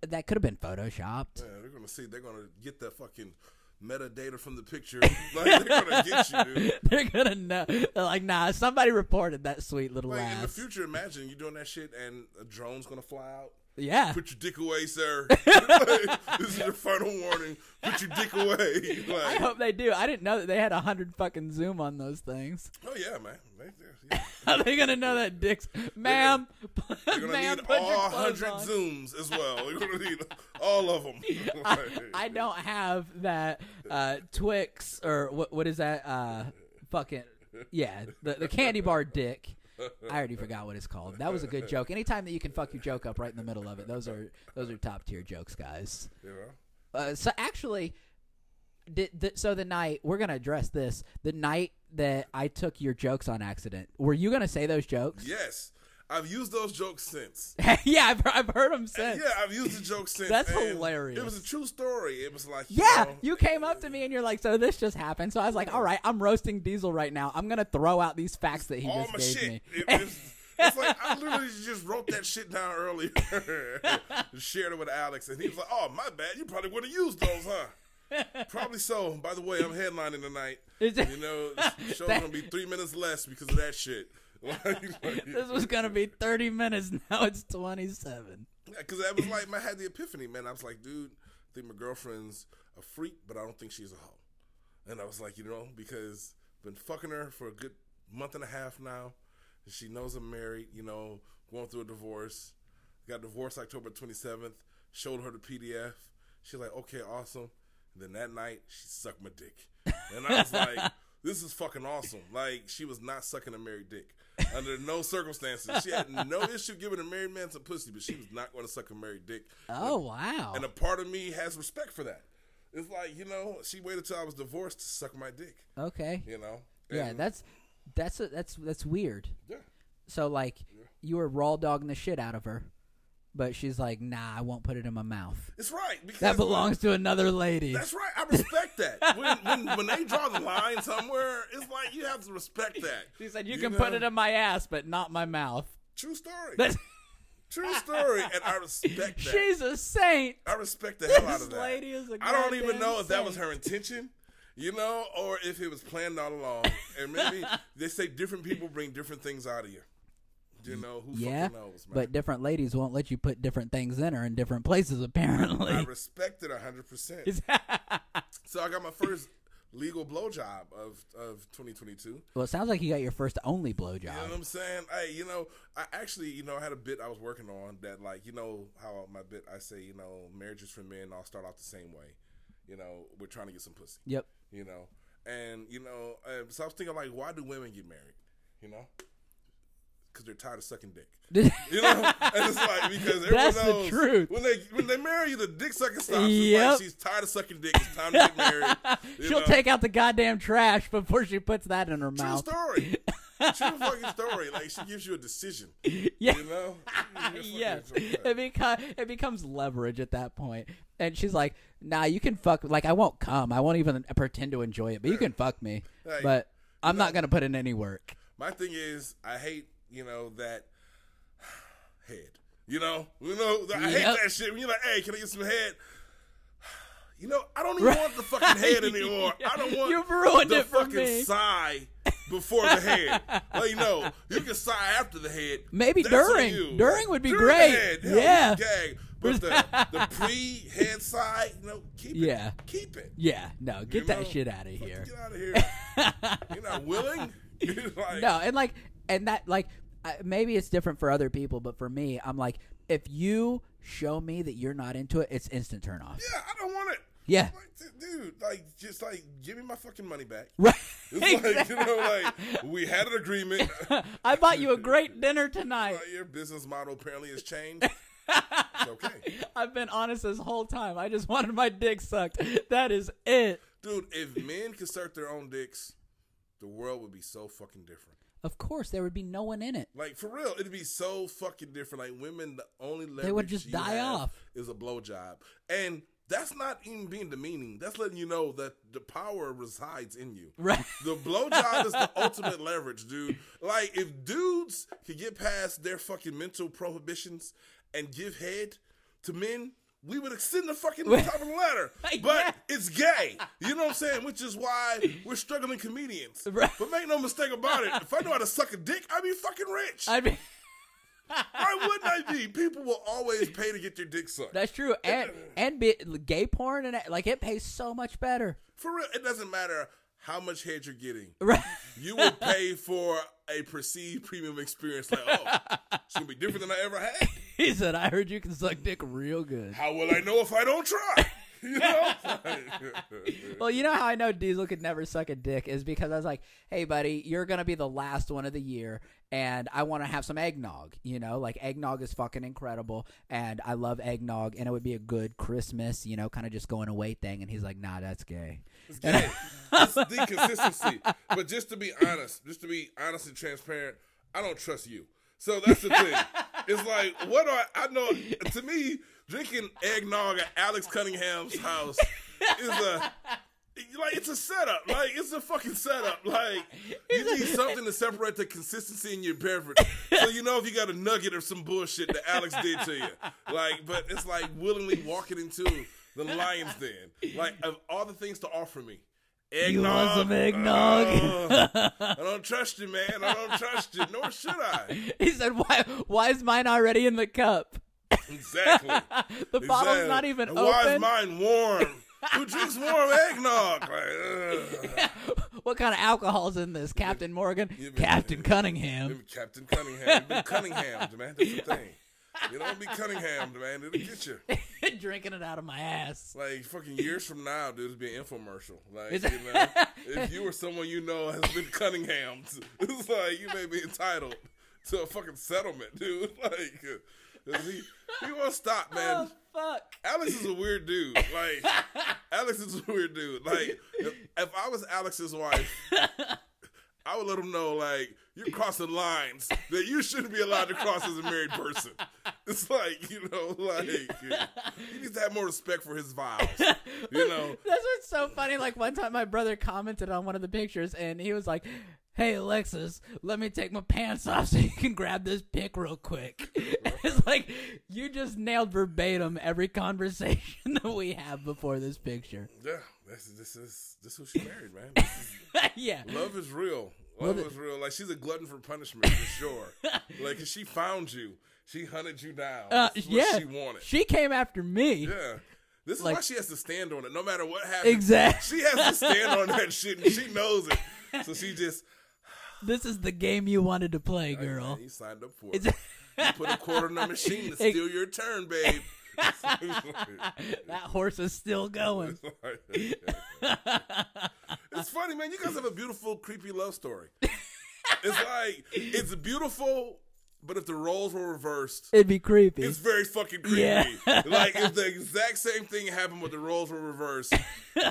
[SPEAKER 1] that could have been photoshopped.
[SPEAKER 2] Yeah, they're gonna see. They're gonna get that fucking metadata from the picture. *laughs* Like they're gonna get you, dude.
[SPEAKER 1] *laughs* They're gonna know. They're like, nah, somebody reported that sweet little
[SPEAKER 2] Like in the
[SPEAKER 1] ass.
[SPEAKER 2] future, imagine you doing that shit, and a drone's gonna fly out.
[SPEAKER 1] yeah,
[SPEAKER 2] put your dick
[SPEAKER 1] *laughs*
[SPEAKER 2] away, sir. this is your final warning. Put your dick away.
[SPEAKER 1] *laughs* I
[SPEAKER 2] Like,
[SPEAKER 1] hope they do. I didn't know that they had a hundred fucking zoom on those things. *laughs*
[SPEAKER 2] oh yeah, man. They, they, yeah.
[SPEAKER 1] How they gonna know that dicks, ma'am?
[SPEAKER 2] You're
[SPEAKER 1] *laughs*
[SPEAKER 2] gonna
[SPEAKER 1] ma'am,
[SPEAKER 2] need
[SPEAKER 1] put your
[SPEAKER 2] all
[SPEAKER 1] clothes
[SPEAKER 2] hundred
[SPEAKER 1] on.
[SPEAKER 2] zooms as well. You're
[SPEAKER 1] *laughs*
[SPEAKER 2] gonna need all of them. *laughs*
[SPEAKER 1] I, *laughs* I don't have that uh, Twix or what? What is that? Uh, fucking yeah, the the candy bar dick. I already forgot what it's called. That was a good joke. Anytime that you can fuck your joke up right in the middle of it, those are those are top tier jokes, guys.
[SPEAKER 2] You know?
[SPEAKER 1] Uh, so actually, did, th- so the night we're gonna address this. The night that I took your jokes on accident, were you gonna say those jokes? *laughs*
[SPEAKER 2] Yes, I've used those jokes since.
[SPEAKER 1] Yeah, I've, I've heard them since.
[SPEAKER 2] Yeah, I've used the
[SPEAKER 1] *laughs*
[SPEAKER 2] jokes since.
[SPEAKER 1] That's
[SPEAKER 2] and
[SPEAKER 1] hilarious.
[SPEAKER 2] It was a true story. It was like, you
[SPEAKER 1] Yeah,
[SPEAKER 2] know,
[SPEAKER 1] you came up to me and you're like, "So this just happened." So I was like, "All right, I'm roasting Diesel right now. I'm gonna throw out these facts that he
[SPEAKER 2] all
[SPEAKER 1] just
[SPEAKER 2] my
[SPEAKER 1] gave
[SPEAKER 2] shit.
[SPEAKER 1] me." *laughs*
[SPEAKER 2] It- it's, it's like I literally just wrote that shit down earlier, *laughs* shared it with Alex, and he was like, "Oh, my bad. You probably would have used those, huh?"
[SPEAKER 1] *laughs*
[SPEAKER 2] Probably so. By the way, I'm headlining tonight.
[SPEAKER 1] Is it-
[SPEAKER 2] you *laughs* know, the show's gonna be three minutes less because of that shit. *laughs* Like, like,
[SPEAKER 1] This was gonna be 30 minutes. *laughs* Now it's 27.
[SPEAKER 2] because that was like, I had the epiphany, man. I was like, dude, I think my girlfriend's a freak, but I don't think she's a hoe. And I was like, you know, because been fucking her for a good month and a half now. And she knows I'm married, you know, going through a divorce. Got divorced October 27th. Showed her the PDF. She's like, okay, awesome. And then that night, she sucked my dick. And I
[SPEAKER 1] *laughs*
[SPEAKER 2] was like, this is fucking awesome. Like, she was not sucking a married dick. Under no circumstances. She had no issue giving a married man some pussy, but she was not going to suck a married dick.
[SPEAKER 1] Oh wow!
[SPEAKER 2] And a part of me has respect for that. It's like, you know, she waited till I was divorced to suck my dick,
[SPEAKER 1] Okay.
[SPEAKER 2] you know?
[SPEAKER 1] Yeah,
[SPEAKER 2] And-
[SPEAKER 1] that's that's a, that's that's weird.
[SPEAKER 2] Yeah.
[SPEAKER 1] So like, you were raw dogging the shit out of her, but she's like, "Nah, I won't put it in my mouth.
[SPEAKER 2] It's right. Because
[SPEAKER 1] That belongs to another lady."
[SPEAKER 2] That's right. I respect that. When, when when they draw the line somewhere, it's like you have to respect that.
[SPEAKER 1] She said, "You can put
[SPEAKER 2] know?
[SPEAKER 1] it in my ass, but not my mouth." *laughs*
[SPEAKER 2] True story.
[SPEAKER 1] That's,
[SPEAKER 2] True story. And I respect that.
[SPEAKER 1] she's a saint.
[SPEAKER 2] I respect the hell out
[SPEAKER 1] This
[SPEAKER 2] of that.
[SPEAKER 1] lady is a
[SPEAKER 2] I don't even
[SPEAKER 1] goddamn
[SPEAKER 2] know if that was
[SPEAKER 1] saint.
[SPEAKER 2] her intention. You know, or if it was planned all along,
[SPEAKER 1] *laughs*
[SPEAKER 2] and maybe they say different people bring different things out of you. You know who
[SPEAKER 1] yeah,
[SPEAKER 2] fucking knows, man.
[SPEAKER 1] but different ladies won't let you put different things in her in different places. *laughs*
[SPEAKER 2] I
[SPEAKER 1] Apparently,
[SPEAKER 2] respect it hundred percent.
[SPEAKER 1] *laughs* well,
[SPEAKER 2] So I got my first legal blowjob of of 2022.
[SPEAKER 1] it sounds like you got your first only
[SPEAKER 2] You know what
[SPEAKER 1] blowjob.
[SPEAKER 2] I'm saying? Hey, you know, I actually, you know, I had a bit I was working on that, like, you know, how my bit I say, you know, marriages for men all start out the same way. You know, we're trying to get some pussy.
[SPEAKER 1] Yep.
[SPEAKER 2] You know, and you know, uh, so I was thinking like, why do women get married? You know, because they're tired of sucking dick.
[SPEAKER 1] *laughs*
[SPEAKER 2] You know, and it's like because everyone
[SPEAKER 1] That's the
[SPEAKER 2] knows
[SPEAKER 1] truth.
[SPEAKER 2] when they when they marry you, the dick sucking stops. It's
[SPEAKER 1] Yep.
[SPEAKER 2] like she's tired of sucking dick. It's time to get married.
[SPEAKER 1] *laughs*
[SPEAKER 2] you
[SPEAKER 1] She'll
[SPEAKER 2] know?
[SPEAKER 1] take out the goddamn trash before she puts that in her
[SPEAKER 2] True
[SPEAKER 1] mouth.
[SPEAKER 2] story.
[SPEAKER 1] *laughs*
[SPEAKER 2] True fucking story. Like she gives you a decision.
[SPEAKER 1] Yeah.
[SPEAKER 2] You know?
[SPEAKER 1] *laughs*
[SPEAKER 2] You're fucking
[SPEAKER 1] yes,
[SPEAKER 2] joking.
[SPEAKER 1] it, beco- it becomes leverage at that point. And she's like, "Nah, you can fuck. Like, I won't come. I won't even pretend to enjoy it. But you can fuck me.
[SPEAKER 2] Hey,
[SPEAKER 1] but I'm not gonna put in any work."
[SPEAKER 2] My thing is, I hate you know that *sighs* head. You know, you know, I hate
[SPEAKER 1] Yep.
[SPEAKER 2] that shit. When you're like, hey, can I get some head? *sighs* You know, I don't even want the fucking head
[SPEAKER 1] *laughs*
[SPEAKER 2] anymore. I don't want
[SPEAKER 1] You've ruined
[SPEAKER 2] the
[SPEAKER 1] it for
[SPEAKER 2] fucking
[SPEAKER 1] me.
[SPEAKER 2] sigh before the head. like, no, you can sigh after the head.
[SPEAKER 1] Maybe
[SPEAKER 2] That's on
[SPEAKER 1] during.
[SPEAKER 2] you.
[SPEAKER 1] During would be
[SPEAKER 2] During the
[SPEAKER 1] great.
[SPEAKER 2] head, hell,
[SPEAKER 1] Yeah.
[SPEAKER 2] you gag. But the,
[SPEAKER 1] *laughs*
[SPEAKER 2] the pre-head sigh, you know, keep it.
[SPEAKER 1] Yeah.
[SPEAKER 2] Keep it.
[SPEAKER 1] Yeah, no, get
[SPEAKER 2] You
[SPEAKER 1] that
[SPEAKER 2] know,
[SPEAKER 1] shit out of
[SPEAKER 2] fucking
[SPEAKER 1] here.
[SPEAKER 2] Get out of here. You're
[SPEAKER 1] *laughs*
[SPEAKER 2] not willing. *laughs* Like,
[SPEAKER 1] No, and like, and that like, I, maybe it's different for other people, but for me, I'm like, if you show me that you're not into it, it's instant turn off.
[SPEAKER 2] Yeah, I don't want it.
[SPEAKER 1] Yeah. *laughs*
[SPEAKER 2] Like, d- dude, like, just like, give me my fucking money back.
[SPEAKER 1] *laughs* Right.
[SPEAKER 2] It's like, you know, like, we had an agreement.
[SPEAKER 1] *laughs*
[SPEAKER 2] *laughs*
[SPEAKER 1] I bought you a great dinner tonight.
[SPEAKER 2] Like, your business model apparently has changed. It's okay.
[SPEAKER 1] I've been honest this whole time. I just *laughs* wanted my dick sucked. That is it.
[SPEAKER 2] Dude, if men could suck their own dicks, the world would be so fucking different.
[SPEAKER 1] Of course, there would be no one in it. *laughs*
[SPEAKER 2] Like, for real, it'd be so fucking different. Like, women, the only leverage
[SPEAKER 1] would just
[SPEAKER 2] you
[SPEAKER 1] die
[SPEAKER 2] have
[SPEAKER 1] off.
[SPEAKER 2] is a blowjob. And that's not even being demeaning. That's letting you know that the power resides in you.
[SPEAKER 1] Right.
[SPEAKER 2] The blowjob is the ultimate leverage, dude. Like, if dudes could get past their fucking mental prohibitions and give head to men, we would extend
[SPEAKER 1] *laughs*
[SPEAKER 2] the fucking top of the ladder. But
[SPEAKER 1] Yeah.
[SPEAKER 2] it's gay. You know what I'm saying? Which is why we're struggling comedians.
[SPEAKER 1] Right.
[SPEAKER 2] But make no mistake about it. If I know how to suck a dick, I'd be fucking rich.
[SPEAKER 1] I mean,
[SPEAKER 2] Why wouldn't I be? People will always pay to get their dick sucked.
[SPEAKER 1] that's true. And and be, gay porn and like it pays so much better. *laughs*
[SPEAKER 2] For real, it doesn't matter how much head you're getting.
[SPEAKER 1] Right.
[SPEAKER 2] you will pay for a perceived premium experience. Like, oh, it's gonna be different than I ever had.
[SPEAKER 1] He said, "I heard you can suck dick real good."
[SPEAKER 2] How will I know if I don't try? *laughs* You know?
[SPEAKER 1] Well, you know how I know Diesel could never suck a dick is because I was like, "Hey, buddy, you're gonna be the last one of the year, and I want to have some eggnog. You know, like eggnog is fucking incredible, and I love eggnog, and it would be a good Christmas, you know, kind of just going away thing." And he's like, "Nah, that's gay." *laughs*
[SPEAKER 2] it's gay. It's the consistency. But just to be honest, just to be honest and transparent, I don't trust you. So that's the thing. It's like, what do I? I know. To me, drinking eggnog at Alex Cunningham's house is a like it's a setup. Like it's a fucking setup. Like you need something to separate the consistency in your beverage, so you know if you got a nugget or some bullshit that Alex did to you. Like, but it's like willingly walking into the lion's den. Like of all the things to offer me. Eggnog.
[SPEAKER 1] want some eggnog?
[SPEAKER 2] Ugh. I don't trust you, man. I don't trust you. Nor should I.
[SPEAKER 1] He said, "Why? Why is mine already in the cup?
[SPEAKER 2] Exactly.
[SPEAKER 1] The bottle's
[SPEAKER 2] Exactly.
[SPEAKER 1] not even
[SPEAKER 2] and Why is
[SPEAKER 1] open.
[SPEAKER 2] mine warm? Who drinks warm eggnog? Like, ugh.
[SPEAKER 1] what kind of alcohol's in this, Captain Morgan?
[SPEAKER 2] you've been-
[SPEAKER 1] Captain Cunningham."
[SPEAKER 2] You've been Captain Cunningham. You've been Cunninghammed, man. That's the thing. You don't be Cunninghammed, man. It'll get you.
[SPEAKER 1] *laughs* drinking it out of my ass.
[SPEAKER 2] Like fucking years from now, dude, it'll be an infomercial. Like
[SPEAKER 1] Is-
[SPEAKER 2] you know,
[SPEAKER 1] *laughs*
[SPEAKER 2] if you or someone you know has been Cunninghammed, *laughs* it's like you may be entitled to a fucking settlement, dude. *laughs* Like, uh, he he won't stop, man.
[SPEAKER 1] Oh fuck!
[SPEAKER 2] Alex is a weird dude.
[SPEAKER 1] *laughs*
[SPEAKER 2] Like Alex is a weird dude. Like if, if I was
[SPEAKER 1] *laughs*
[SPEAKER 2] Alex's wife, I would let him know like you're crossing lines that you shouldn't be allowed to cross as a married person. It's like you know, like he needs to have more respect for his vows. You
[SPEAKER 1] *laughs*
[SPEAKER 2] know,
[SPEAKER 1] That's what's so funny. Like one time, my brother commented on one of the pictures, and he was like, "Hey Alexis, let me take my pants off so you can grab this pic real quick." *laughs* it's like *laughs* you just nailed verbatim every conversation that we have before this picture. *laughs*
[SPEAKER 2] yeah, This is this is this is who she married, man. This is-
[SPEAKER 1] yeah.
[SPEAKER 2] Love is real.
[SPEAKER 1] Well,
[SPEAKER 2] Love
[SPEAKER 1] the-
[SPEAKER 2] is real. Like she's a glutton for punishment for
[SPEAKER 1] *laughs*
[SPEAKER 2] sure. like 'cause she found you, she hunted you down.
[SPEAKER 1] Uh,
[SPEAKER 2] This is
[SPEAKER 1] yeah.
[SPEAKER 2] what she wanted.
[SPEAKER 1] She came after me.
[SPEAKER 2] yeah, this is why
[SPEAKER 1] Like-
[SPEAKER 2] she has to stand on it, no matter what
[SPEAKER 1] *laughs*
[SPEAKER 2] happens.
[SPEAKER 1] Exactly. *laughs*
[SPEAKER 2] She has to stand on that shit, and she knows it. So she just,
[SPEAKER 1] This is the game you wanted to play,
[SPEAKER 2] hey,
[SPEAKER 1] girl.
[SPEAKER 2] man, you signed up for it. You put a quarter in the machine to
[SPEAKER 1] Ex-
[SPEAKER 2] steal your turn, babe.
[SPEAKER 1] *laughs*
[SPEAKER 2] *laughs*
[SPEAKER 1] that horse is still going.
[SPEAKER 2] it's funny, man. You guys have a beautiful, creepy love story. It's like it's beautiful, but if the roles were reversed,
[SPEAKER 1] It'd be creepy.
[SPEAKER 2] it's very fucking creepy.
[SPEAKER 1] Yeah.
[SPEAKER 2] like if the exact same thing happened, but the roles were reversed,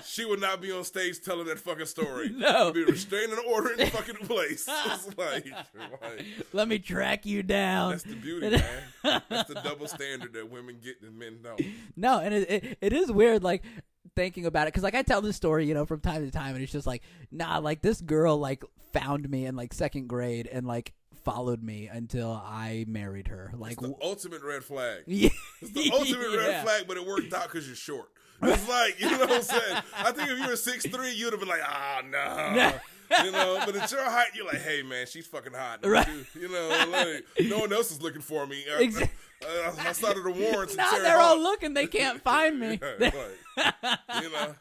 [SPEAKER 2] she would not be on stage telling that fucking story.
[SPEAKER 1] *laughs* No.
[SPEAKER 2] be restraining order in the fucking place. *laughs* It's like, like
[SPEAKER 1] Let me track you down.
[SPEAKER 2] that's the beauty, man. That's the double standard that women get and men don't.
[SPEAKER 1] No, and it, it, it is weird, like thinking about it, because like I tell this story, you know, from time to time, and it's just like, nah, like this girl like found me in like second grade and like followed me until I married her. Like,
[SPEAKER 2] It's the ultimate red flag.
[SPEAKER 1] *laughs* yeah,
[SPEAKER 2] It's the ultimate red flag, but it worked out because you're short. It's like, you know what I'm saying? I think if you were 6'3", you would have been like, ah, no.
[SPEAKER 1] *laughs*
[SPEAKER 2] You know, but at your height, you're like, hey, man, she's fucking hot.
[SPEAKER 1] Right.
[SPEAKER 2] You know, like, no one else is looking for me. I,
[SPEAKER 1] Exact-
[SPEAKER 2] I, I started a
[SPEAKER 1] *laughs*
[SPEAKER 2] warrant.
[SPEAKER 1] No, they're all looking. They
[SPEAKER 2] *laughs*
[SPEAKER 1] can't find me.
[SPEAKER 2] you
[SPEAKER 1] *laughs*
[SPEAKER 2] know.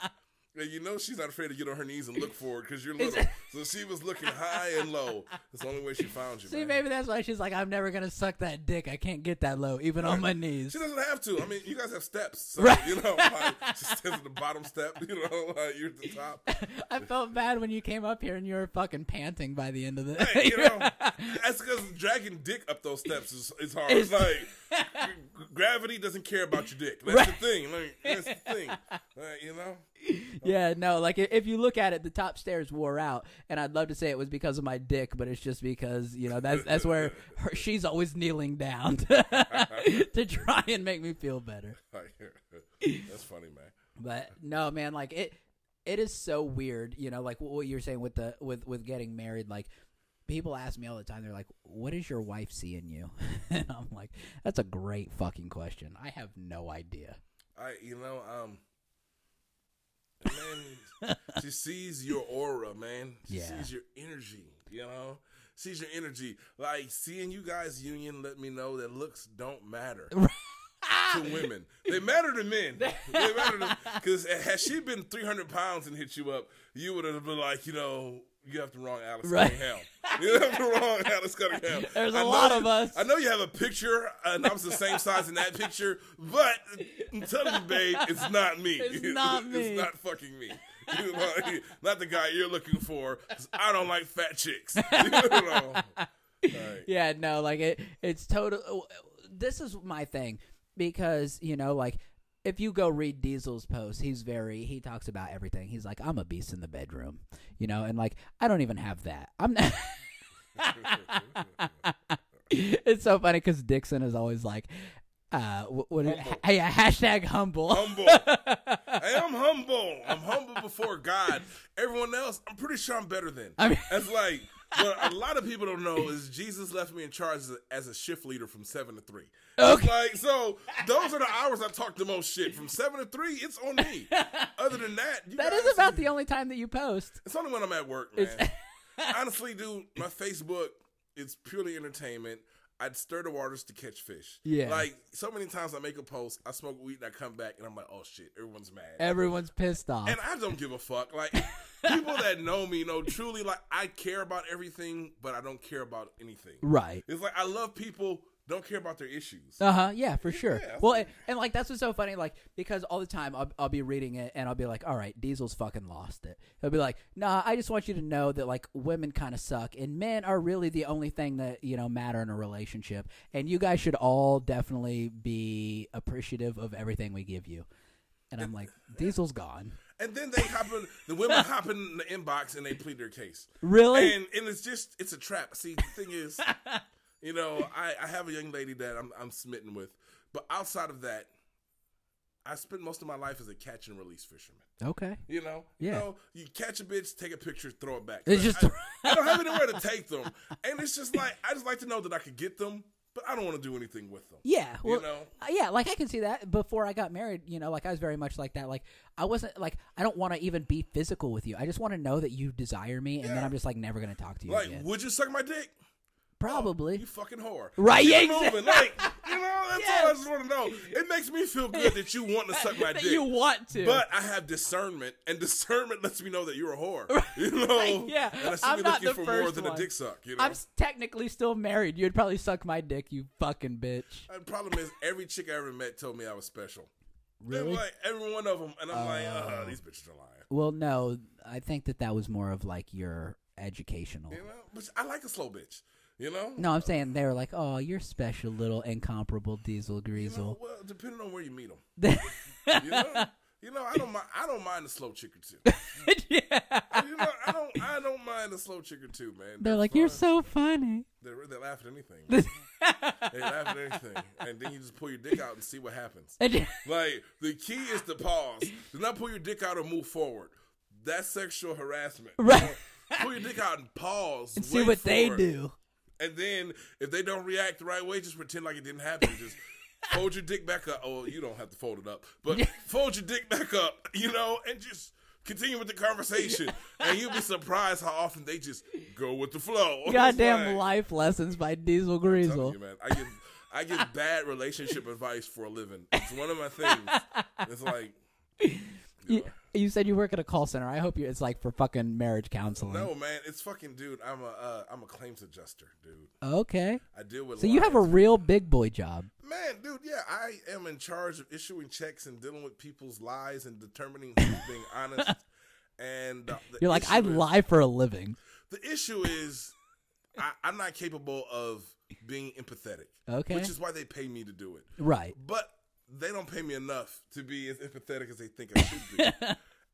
[SPEAKER 2] And you know she's not afraid to get on her knees and look for it because you're little. So she was looking high and low. That's the only way she found you.
[SPEAKER 1] See,
[SPEAKER 2] man.
[SPEAKER 1] maybe that's why she's like, I'm never gonna suck that dick. I can't get that low, even on my knees.
[SPEAKER 2] She doesn't have to. I mean, you guys have steps, so,
[SPEAKER 1] Right.
[SPEAKER 2] you know, like, she steps at the bottom step. You know, *laughs* like you're at the
[SPEAKER 1] *laughs*
[SPEAKER 2] top.
[SPEAKER 1] I felt bad when you came up here and you were fucking panting by the end of the. *laughs*
[SPEAKER 2] Hey, you know, that's because dragging dick up those steps is, is hard. It's like
[SPEAKER 1] *laughs*
[SPEAKER 2] g- gravity doesn't care about your dick. That's
[SPEAKER 1] Right.
[SPEAKER 2] the thing. Like, that's the thing. Like, you
[SPEAKER 1] *laughs*
[SPEAKER 2] know,
[SPEAKER 1] yeah, no, like if, if you look at it, the top stairs wore out, and I'd love to say it was because of my dick, but it's just because you know that's that's where her, she's always kneeling down *laughs* to try and make me feel better.
[SPEAKER 2] Like, that's funny, man.
[SPEAKER 1] But no, man, like it it is so weird, you know, like what you're saying with the with with getting married, like. People ask me all the time. They're like, "What is your wife seeing you?" *laughs* and I'm like, "That's a great fucking question. I have no idea."
[SPEAKER 2] I, you know, um,
[SPEAKER 1] *laughs*
[SPEAKER 2] man, she sees your aura, man. She
[SPEAKER 1] Yeah.
[SPEAKER 2] sees your energy, you know? Sees your energy. Like, seeing you guys' union let me know that looks don't
[SPEAKER 1] *laughs*
[SPEAKER 2] matter. To women, they matter to men. They matter to because had she been three hundred pounds and hit you up, you would have been like, you know, you have the wrong Alice
[SPEAKER 1] Right.
[SPEAKER 2] Cunningham. *laughs* You have the wrong Alice Cunningham.
[SPEAKER 1] *laughs* There's
[SPEAKER 2] a
[SPEAKER 1] a lot of us.
[SPEAKER 2] I know you have a picture, and I'm the same size in that picture, but I'm telling you, babe, it's not me.
[SPEAKER 1] It's
[SPEAKER 2] *laughs*
[SPEAKER 1] not me.
[SPEAKER 2] It's not fucking me. You know, not the guy you're looking for. 'cause I don't like fat chicks. *laughs* You know? Alright.
[SPEAKER 1] yeah no like it it's total oh, this is my thing because you know like if you go read diesel's post he's very he talks about everything he's like i'm a beast in the bedroom you know and like i don't even have that i'm not *laughs* it's so funny because dixon is always like uh wh- what is,
[SPEAKER 2] Humble. Oh,
[SPEAKER 1] hey, uh, hashtag humble
[SPEAKER 2] Humble. I am humble. I'm humble before God. Everyone else, I'm pretty sure I'm better than.
[SPEAKER 1] *laughs* I mean-
[SPEAKER 2] That's like what a lot of people don't know is Jesus left me in charge as a, as a shift leader from seven to three. It's
[SPEAKER 1] Okay.
[SPEAKER 2] like so, those are the hours I talk the most shit. From seven to three, it's on me. Other than that, you
[SPEAKER 1] that
[SPEAKER 2] guys,
[SPEAKER 1] is about the only time that you post
[SPEAKER 2] It's only when I'm at
[SPEAKER 1] *laughs*
[SPEAKER 2] work, man. Honestly, dude, my Facebook it's purely entertainment. I'd stir the waters to catch fish.
[SPEAKER 1] Yeah.
[SPEAKER 2] Like so many times I make a post, I smoke weed and I come back and I'm like, oh shit, everyone's mad.
[SPEAKER 1] everyone's pissed off
[SPEAKER 2] And I don't give a fuck. Like people that know me know truly like I care about everything, but I don't care about anything.
[SPEAKER 1] right
[SPEAKER 2] It's like I love people, don't care about their issues.
[SPEAKER 1] Uh huh. Yeah, for sure.
[SPEAKER 2] Yeah.
[SPEAKER 1] Well, and, and like that's what's so funny. Like because all the time I'll, I'll be reading it and I'll be like, "All right, Diesel's fucking lost it." He'll be like, "Nah, I just want you to know that like women kind of suck and men are really the only thing that you know matter in a relationship, and you guys should all definitely be appreciative of everything we give you." And I'm like, "Diesel's gone.
[SPEAKER 2] And then they hop in the women hop in the inbox and they plead their case.
[SPEAKER 1] Really?
[SPEAKER 2] And and it's just it's a trap. See, the thing is, you know, I, I have a young lady that I'm I'm smitten with. But outside of that, I spent most of my life as a catch and release fisherman.
[SPEAKER 1] okay.
[SPEAKER 2] You know,
[SPEAKER 1] Yeah.
[SPEAKER 2] You, know, you catch a bitch, take a picture, throw it back.
[SPEAKER 1] It's
[SPEAKER 2] Like,
[SPEAKER 1] just- *laughs*
[SPEAKER 2] I, I don't have anywhere to take them, and it's just like I just like to know that I could get them, but I don't want to do anything with them.
[SPEAKER 1] Yeah,
[SPEAKER 2] You
[SPEAKER 1] well,
[SPEAKER 2] know?
[SPEAKER 1] uh, yeah, like I can see that. Before I got married, you know, like I was very much like that. Like I wasn't like I don't want to even be physical with you. I just want to know that you desire me, and then
[SPEAKER 2] Yeah.
[SPEAKER 1] I'm just like never gonna talk to you
[SPEAKER 2] Like,
[SPEAKER 1] again.
[SPEAKER 2] would you suck my dick?
[SPEAKER 1] Probably. *laughs*
[SPEAKER 2] You fucking whore.
[SPEAKER 1] Right,
[SPEAKER 2] Keep
[SPEAKER 1] yeah,
[SPEAKER 2] it moving.
[SPEAKER 1] exactly.
[SPEAKER 2] Like, you know, that's all I just want to know. It makes me feel good that you want to suck
[SPEAKER 1] *laughs*
[SPEAKER 2] my
[SPEAKER 1] That
[SPEAKER 2] dick.
[SPEAKER 1] you want to.
[SPEAKER 2] But I have discernment, and discernment lets me know that you're a whore. You know?
[SPEAKER 1] *laughs* yeah.
[SPEAKER 2] And I see
[SPEAKER 1] I'm
[SPEAKER 2] me
[SPEAKER 1] not
[SPEAKER 2] looking
[SPEAKER 1] the
[SPEAKER 2] for more
[SPEAKER 1] first
[SPEAKER 2] than a
[SPEAKER 1] one.
[SPEAKER 2] dick suck, you know?
[SPEAKER 1] I'm s- technically still married. You'd probably suck my dick, you fucking bitch.
[SPEAKER 2] The problem is, every chick I ever met told me I was special. They were
[SPEAKER 1] Really? Oh.
[SPEAKER 2] Like every one of them, and I'm like, uh, these bitches are lying.
[SPEAKER 1] Well, no. I think that that was more of like your educational.
[SPEAKER 2] You know, but I like a slow bitch. You know,
[SPEAKER 1] No, I'm saying they were like, "Oh, you're special, little incomparable Diesel
[SPEAKER 2] You know,
[SPEAKER 1] Greasel."
[SPEAKER 2] well, depending on where you
[SPEAKER 1] *laughs*
[SPEAKER 2] meet them, you know, you know, I don't mind. I don't mind a slow chick or two.
[SPEAKER 1] *laughs* yeah.
[SPEAKER 2] You know, I don't. I don't mind a slow chick or two, man.
[SPEAKER 1] They're like,
[SPEAKER 2] fine.
[SPEAKER 1] "You're so funny." *laughs*
[SPEAKER 2] They they laugh at anything. man. they laugh at anything, and then you just pull your dick out and see
[SPEAKER 1] *laughs*
[SPEAKER 2] what happens. Like the key is to pause. Do not pull your dick out or move forward. That's sexual harassment.
[SPEAKER 1] Right.
[SPEAKER 2] Pull your dick out and pause. And
[SPEAKER 1] See what they do.
[SPEAKER 2] And then if they don't react the right way, just pretend like it didn't happen.
[SPEAKER 1] *laughs*
[SPEAKER 2] Just fold your dick back up. Oh, you don't have to fold it up, but fold your dick back up, you know, and just continue with the conversation. And you'll be surprised how often they just go with the flow. *laughs*
[SPEAKER 1] *laughs*
[SPEAKER 2] It's
[SPEAKER 1] Goddamn
[SPEAKER 2] like-
[SPEAKER 1] life lessons by Diesel
[SPEAKER 2] I'm telling
[SPEAKER 1] Greasel.
[SPEAKER 2] you, man. I give
[SPEAKER 1] *laughs*
[SPEAKER 2] I give bad relationship advice for a living. It's one of my things.
[SPEAKER 1] *laughs*
[SPEAKER 2] It's like
[SPEAKER 1] You, you said you work at a call center. I hope you. It's like for fucking marriage counseling.
[SPEAKER 2] no, man. It's fucking dude. I'm a uh, I'm a claims adjuster, dude.
[SPEAKER 1] Okay.
[SPEAKER 2] I deal with
[SPEAKER 1] So you have a
[SPEAKER 2] lions.
[SPEAKER 1] real big boy job.
[SPEAKER 2] man, dude. Yeah, I am in charge of issuing checks and dealing with people's lies and determining
[SPEAKER 1] *laughs*
[SPEAKER 2] who's being honest. And uh, the
[SPEAKER 1] You're like, I
[SPEAKER 2] issue is-
[SPEAKER 1] lie for a living.
[SPEAKER 2] The issue is, I, I'm not capable of being empathetic.
[SPEAKER 1] Okay.
[SPEAKER 2] which is why they pay me to do it.
[SPEAKER 1] Right.
[SPEAKER 2] But they don't pay me enough to be as empathetic as they think I should
[SPEAKER 1] *laughs*
[SPEAKER 2] be.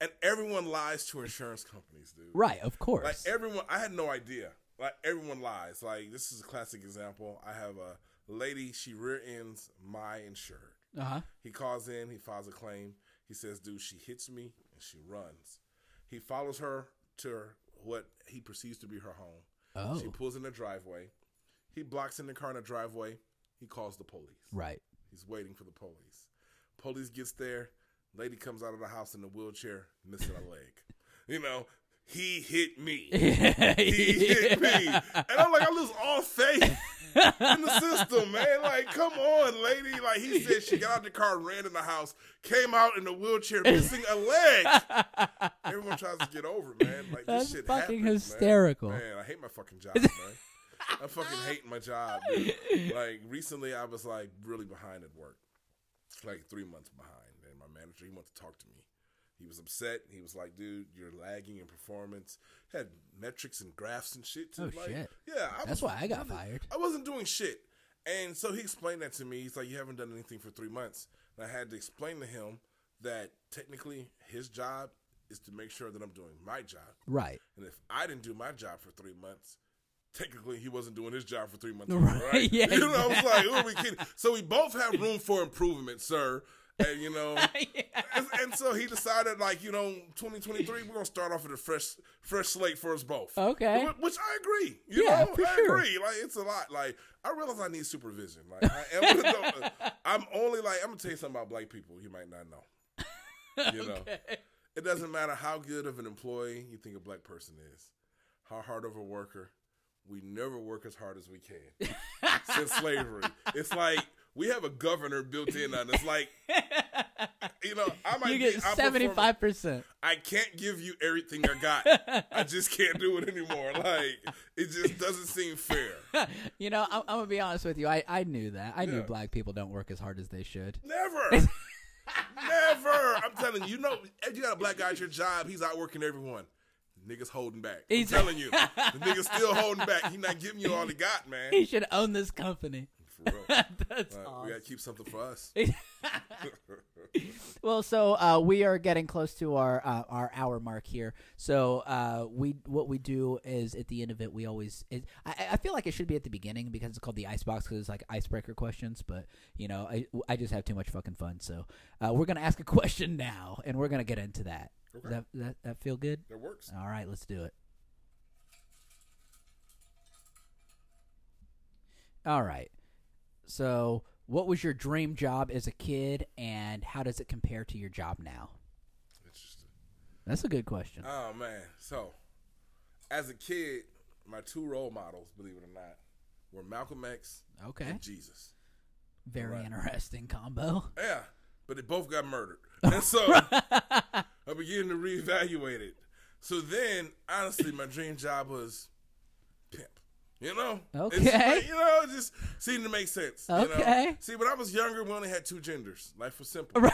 [SPEAKER 2] and everyone lies to insurance companies, dude.
[SPEAKER 1] Right. Of course.
[SPEAKER 2] Like everyone, I had no idea. Like everyone lies. Like this is a classic example. I have a lady. She rear ends my insured.
[SPEAKER 1] uh huh.
[SPEAKER 2] He calls in. He files a claim. He says, "Dude, she hits me and she runs." He follows her to her, what he perceives to be her home.
[SPEAKER 1] Oh.
[SPEAKER 2] She pulls in the driveway. He blocks in the car in the driveway. He calls the police.
[SPEAKER 1] Right. *laughs*
[SPEAKER 2] He's waiting for the police. Police gets there. Lady comes out of the house in a wheelchair, missing a leg. You know, he hit me. He hit me. And I'm like, I lose all faith in the system, man. Like, come on, lady. Like, he said she got out the car, ran in the house, came out in
[SPEAKER 1] *laughs*
[SPEAKER 2] a wheelchair, missing a leg. Everyone tries to get over, it, man. Like,
[SPEAKER 1] That's
[SPEAKER 2] this shit
[SPEAKER 1] fucking
[SPEAKER 2] happens, man.
[SPEAKER 1] hysterical.
[SPEAKER 2] Man, I hate my fucking job, man. I fucking hate my job. dude. Like recently, I was like really behind at work, like three months behind, and my manager he wanted to talk to me. He was upset. He was like, "Dude, you're lagging in performance." Had metrics and graphs and shit. Too.
[SPEAKER 1] Oh,
[SPEAKER 2] like,
[SPEAKER 1] shit.
[SPEAKER 2] Yeah, I
[SPEAKER 1] *laughs* That's
[SPEAKER 2] was
[SPEAKER 1] why I got
[SPEAKER 2] really-
[SPEAKER 1] fired.
[SPEAKER 2] I wasn't doing shit, and so he explained that to me. He's like, "You haven't done anything for three months," and I had to explain to him that technically his job is to make sure that I'm doing my job.
[SPEAKER 1] Right.
[SPEAKER 2] And if I didn't do my job for three months, technically he wasn't doing his job for three months.
[SPEAKER 1] Right, *laughs*
[SPEAKER 2] Right.
[SPEAKER 1] yeah,
[SPEAKER 2] you know, I was like, who are we kidding? So we both have room for improvement, sir. And you
[SPEAKER 1] *laughs*
[SPEAKER 2] know, and, and so he decided, like, you know, 2023, we're gonna start off with a fresh, fresh slate for us both.
[SPEAKER 1] Okay.
[SPEAKER 2] Wh- which I agree. You
[SPEAKER 1] Yeah,
[SPEAKER 2] know,
[SPEAKER 1] for
[SPEAKER 2] I
[SPEAKER 1] sure.
[SPEAKER 2] agree. Like, it's a lot. Like, I realize I need supervision. Like, I am an adult.
[SPEAKER 1] *laughs*
[SPEAKER 2] I'm only like, I'm gonna tell you something about black people you might not know.
[SPEAKER 1] *laughs*
[SPEAKER 2] You know, it doesn't matter how good of an employee you think a black person is, how hard of a worker. We never work as hard as we can
[SPEAKER 1] *laughs*
[SPEAKER 2] since slavery. It's like we have a governor built in on us.
[SPEAKER 1] *laughs*
[SPEAKER 2] Like, you know, I might
[SPEAKER 1] You get
[SPEAKER 2] be- I perform-
[SPEAKER 1] seventy five percent.
[SPEAKER 2] I can't give you everything I
[SPEAKER 1] *laughs*
[SPEAKER 2] got. I just can't do it anymore. Like, it just doesn't seem fair.
[SPEAKER 1] You know, I'm, I'm gonna be honest with you. I, I knew that. I knew
[SPEAKER 2] Yeah.
[SPEAKER 1] black people don't work as hard as they should. *laughs*
[SPEAKER 2] Never. Never. I'm telling you, you know, if you got a black guy at your job, he's out working everyone. Niggas holding back. I'm
[SPEAKER 1] He's-
[SPEAKER 2] telling you. The
[SPEAKER 1] *laughs*
[SPEAKER 2] nigga's still holding back. He not giving you all he got, man.
[SPEAKER 1] He should own this company.
[SPEAKER 2] For real. Like,
[SPEAKER 1] *laughs* That's
[SPEAKER 2] We gotta
[SPEAKER 1] awesome.
[SPEAKER 2] keep something for us.
[SPEAKER 1] Well, so uh, we are getting close to our uh, our hour mark here. So uh, we what we do is at the end of it, we always it, I, I feel like it should be at the beginning because it's called the icebox because it's like icebreaker questions. But you know, I, I just have too much fucking fun. So uh, we're gonna ask a *laughs* question now, and we're gonna get into that. Does that, that that feel good?
[SPEAKER 2] That works.
[SPEAKER 1] All right, let's do it. All right. So, what was your dream job as a kid, and how does it compare to your job now?
[SPEAKER 2] Interesting.
[SPEAKER 1] That's a good question.
[SPEAKER 2] Oh man. So, as a kid, my two role models, believe it or not, were Malcolm X
[SPEAKER 1] Okay,
[SPEAKER 2] and Jesus.
[SPEAKER 1] very
[SPEAKER 2] right.
[SPEAKER 1] interesting
[SPEAKER 2] *laughs*
[SPEAKER 1] combo.
[SPEAKER 2] Yeah, but they both got
[SPEAKER 1] *laughs*
[SPEAKER 2] murdered, and so I began to reevaluate it. So then, honestly, my dream job was pimp. You know, It's
[SPEAKER 1] Okay.
[SPEAKER 2] like, you know, it just seemed to make sense. you know?
[SPEAKER 1] Okay.
[SPEAKER 2] See, when I was younger, we only had two genders. Life was simple.
[SPEAKER 1] Right.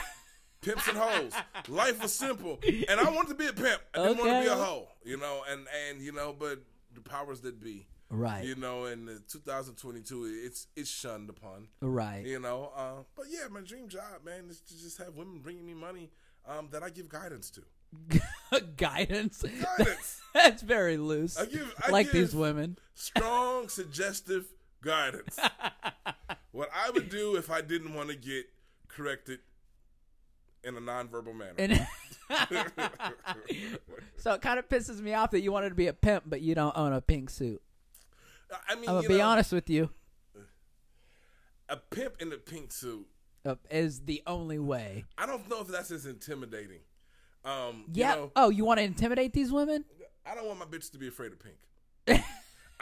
[SPEAKER 2] pimps and hoes. Life was simple, and I wanted to be a pimp. I didn't want
[SPEAKER 1] Okay.
[SPEAKER 2] to be a hoe, you know. And and you know, but the powers that be,
[SPEAKER 1] Right,
[SPEAKER 2] you know, in the 2022, it's it's shunned upon,
[SPEAKER 1] right.
[SPEAKER 2] you know. Uh, but yeah, my dream job, man, is to just have women bringing me money um, that I give guidance to.
[SPEAKER 1] *laughs* Guidance.
[SPEAKER 2] Guidance.
[SPEAKER 1] That's very loose.
[SPEAKER 2] I give- I
[SPEAKER 1] like these
[SPEAKER 2] give-
[SPEAKER 1] women.
[SPEAKER 2] *laughs* Strong, suggestive
[SPEAKER 1] *laughs*
[SPEAKER 2] guidance. what I would do if I didn't want to get corrected in a nonverbal manner.
[SPEAKER 1] And *laughs* so it kind of pisses me off that you wanted to be a pimp, but you don't own a pink suit.
[SPEAKER 2] I mean,
[SPEAKER 1] I'm gonna
[SPEAKER 2] you
[SPEAKER 1] be
[SPEAKER 2] know,
[SPEAKER 1] honest with you.
[SPEAKER 2] a pimp in a pink suit
[SPEAKER 1] Uh, is the only way.
[SPEAKER 2] I don't know if that's as intimidating. Um,
[SPEAKER 1] Yeah.
[SPEAKER 2] You know,
[SPEAKER 1] oh, you want to intimidate these women?
[SPEAKER 2] I don't want my bitch to be afraid of pink.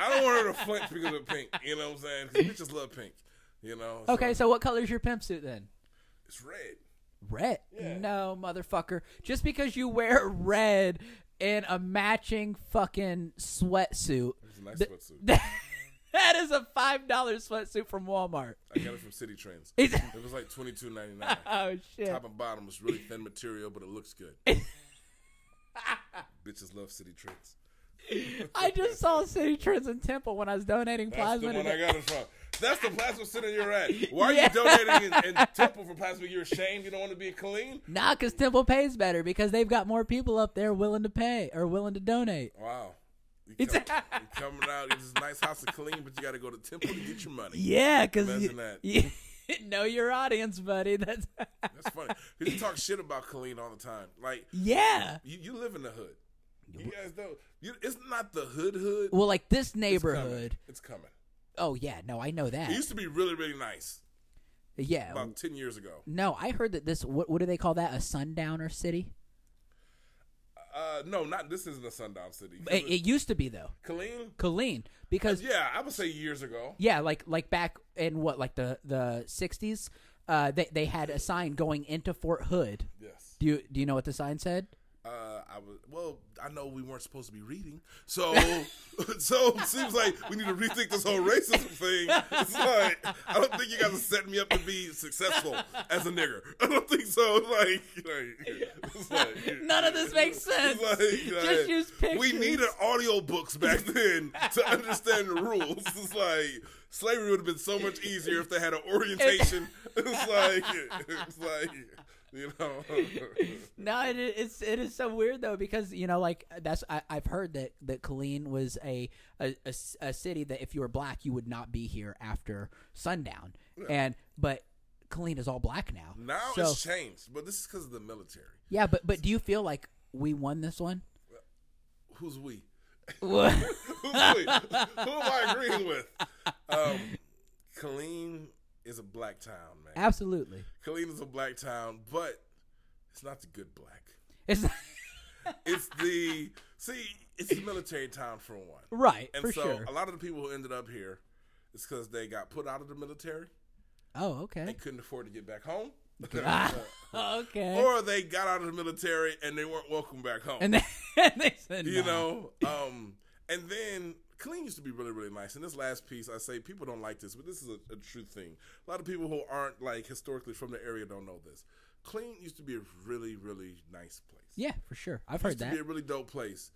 [SPEAKER 2] I don't want her to flinch because of pink. You know what I'm saying?
[SPEAKER 1] *laughs*
[SPEAKER 2] 'Cause bitches love pink. You know. so
[SPEAKER 1] Okay, so what color's your pimp suit then?
[SPEAKER 2] it's red.
[SPEAKER 1] Red.
[SPEAKER 2] Yeah.
[SPEAKER 1] No, motherfucker. Just because you wear red in a matching fucking sweatsuit, *laughs*
[SPEAKER 2] It's a nice sweatsuit.
[SPEAKER 1] that is a $5 sweatsuit from Walmart.
[SPEAKER 2] I got it from City Trends. It
[SPEAKER 1] It's,
[SPEAKER 2] was like twenty two ninety
[SPEAKER 1] *laughs*
[SPEAKER 2] nine.
[SPEAKER 1] oh, shit.
[SPEAKER 2] Top and bottom was really thin material, but it
[SPEAKER 1] *laughs*
[SPEAKER 2] looks good. Bitches love City Trends.
[SPEAKER 1] I just saw City Trends in Temple when I was donating
[SPEAKER 2] That's the
[SPEAKER 1] plasma.
[SPEAKER 2] one I
[SPEAKER 1] today.
[SPEAKER 2] got it from. That's the plasma sitting you're
[SPEAKER 1] *laughs*
[SPEAKER 2] at. Why are
[SPEAKER 1] Yeah.
[SPEAKER 2] you donating
[SPEAKER 1] *laughs*
[SPEAKER 2] in, in temple for plasma? You're ashamed. You don't want to be clean.
[SPEAKER 1] Nah, because Temple pays better because they've got more people up there willing to pay or willing to donate.
[SPEAKER 2] Wow. You
[SPEAKER 1] It's-
[SPEAKER 2] come,
[SPEAKER 1] *laughs*
[SPEAKER 2] you coming out. It's a nice house to clean, but you got to go to temple to get your money.
[SPEAKER 1] Yeah, because
[SPEAKER 2] Imagine
[SPEAKER 1] you,
[SPEAKER 2] that.
[SPEAKER 1] you *laughs* know your audience, buddy. *laughs* That's
[SPEAKER 2] That's funny. 'Cause You talk shit about Colleen all the time. Like
[SPEAKER 1] yeah.
[SPEAKER 2] you, you live in the hood. You guys know you, it's not the hood hood.
[SPEAKER 1] Well, like this
[SPEAKER 2] It's coming.
[SPEAKER 1] neighborhood.
[SPEAKER 2] It's coming.
[SPEAKER 1] Oh yeah, no, I know that.
[SPEAKER 2] It used to be really really nice
[SPEAKER 1] yeah.
[SPEAKER 2] about ten years ago.
[SPEAKER 1] No, I heard that this. What, what do they call that? A sundowner city?
[SPEAKER 2] Uh, no, not this isn't a sundown city.
[SPEAKER 1] It, it used to be though,
[SPEAKER 2] Colleen.
[SPEAKER 1] Colleen, because
[SPEAKER 2] Yeah, I would say years ago.
[SPEAKER 1] Yeah, like like back in what like the the sixties, uh, they they had a sign going into Fort Hood.
[SPEAKER 2] Yes.
[SPEAKER 1] Do you do you know what the sign said?
[SPEAKER 2] Uh, I was well. I know we weren't supposed to be reading,
[SPEAKER 1] *laughs*
[SPEAKER 2] so so it seems like we need to rethink this whole racism thing. It's like I don't think you guys are setting me up to be successful as a nigger. *laughs* I don't think so. Like, like, it's like-
[SPEAKER 1] None of this makes
[SPEAKER 2] it's
[SPEAKER 1] sense. Just use
[SPEAKER 2] We
[SPEAKER 1] pictures.
[SPEAKER 2] needed audio books back then to understand the rules. It's like slavery would have been so much easier if they had an
[SPEAKER 1] *laughs*
[SPEAKER 2] orientation. It's like it's like you know.
[SPEAKER 1] No, it, i- it's it is so weird though because you know like that's I, I've heard that that Colleen was a a, a s- a city that if you were black you would not be here after sundown, and but Colleen is all black now.
[SPEAKER 2] Now
[SPEAKER 1] so,
[SPEAKER 2] it's changed, but this is because of the military.
[SPEAKER 1] yeah, but but do you feel like we won this one?
[SPEAKER 2] Who's we? *laughs*
[SPEAKER 1] What?
[SPEAKER 2] Who's we? Who am I agreeing with? Um, Killeen is a black town, man.
[SPEAKER 1] *laughs* Absolutely.
[SPEAKER 2] Killeen is a black town, but it's not the good black.
[SPEAKER 1] It's
[SPEAKER 2] It's the see, it's the military town for one,
[SPEAKER 1] *laughs* right
[SPEAKER 2] and
[SPEAKER 1] for
[SPEAKER 2] so uh,
[SPEAKER 1] sure.
[SPEAKER 2] a lot of the people who ended up here, it's because they got put out of the military
[SPEAKER 1] Oh okay. *laughs*
[SPEAKER 2] and couldn't afford to get back home. *laughs* Uh,
[SPEAKER 1] okay.
[SPEAKER 2] or they got out of the military and they weren't welcome back home.
[SPEAKER 1] and then *laughs* and they said,
[SPEAKER 2] you
[SPEAKER 1] "Nah."
[SPEAKER 2] know um and then clean used to be really really nice and this last piece i say people don't like this but this is a, a true thing a lot of people who aren't like historically from the area don't know this clean used to be a really really nice place
[SPEAKER 1] Yeah, for sure. I've heard
[SPEAKER 2] used to
[SPEAKER 1] that.
[SPEAKER 2] be a really dope place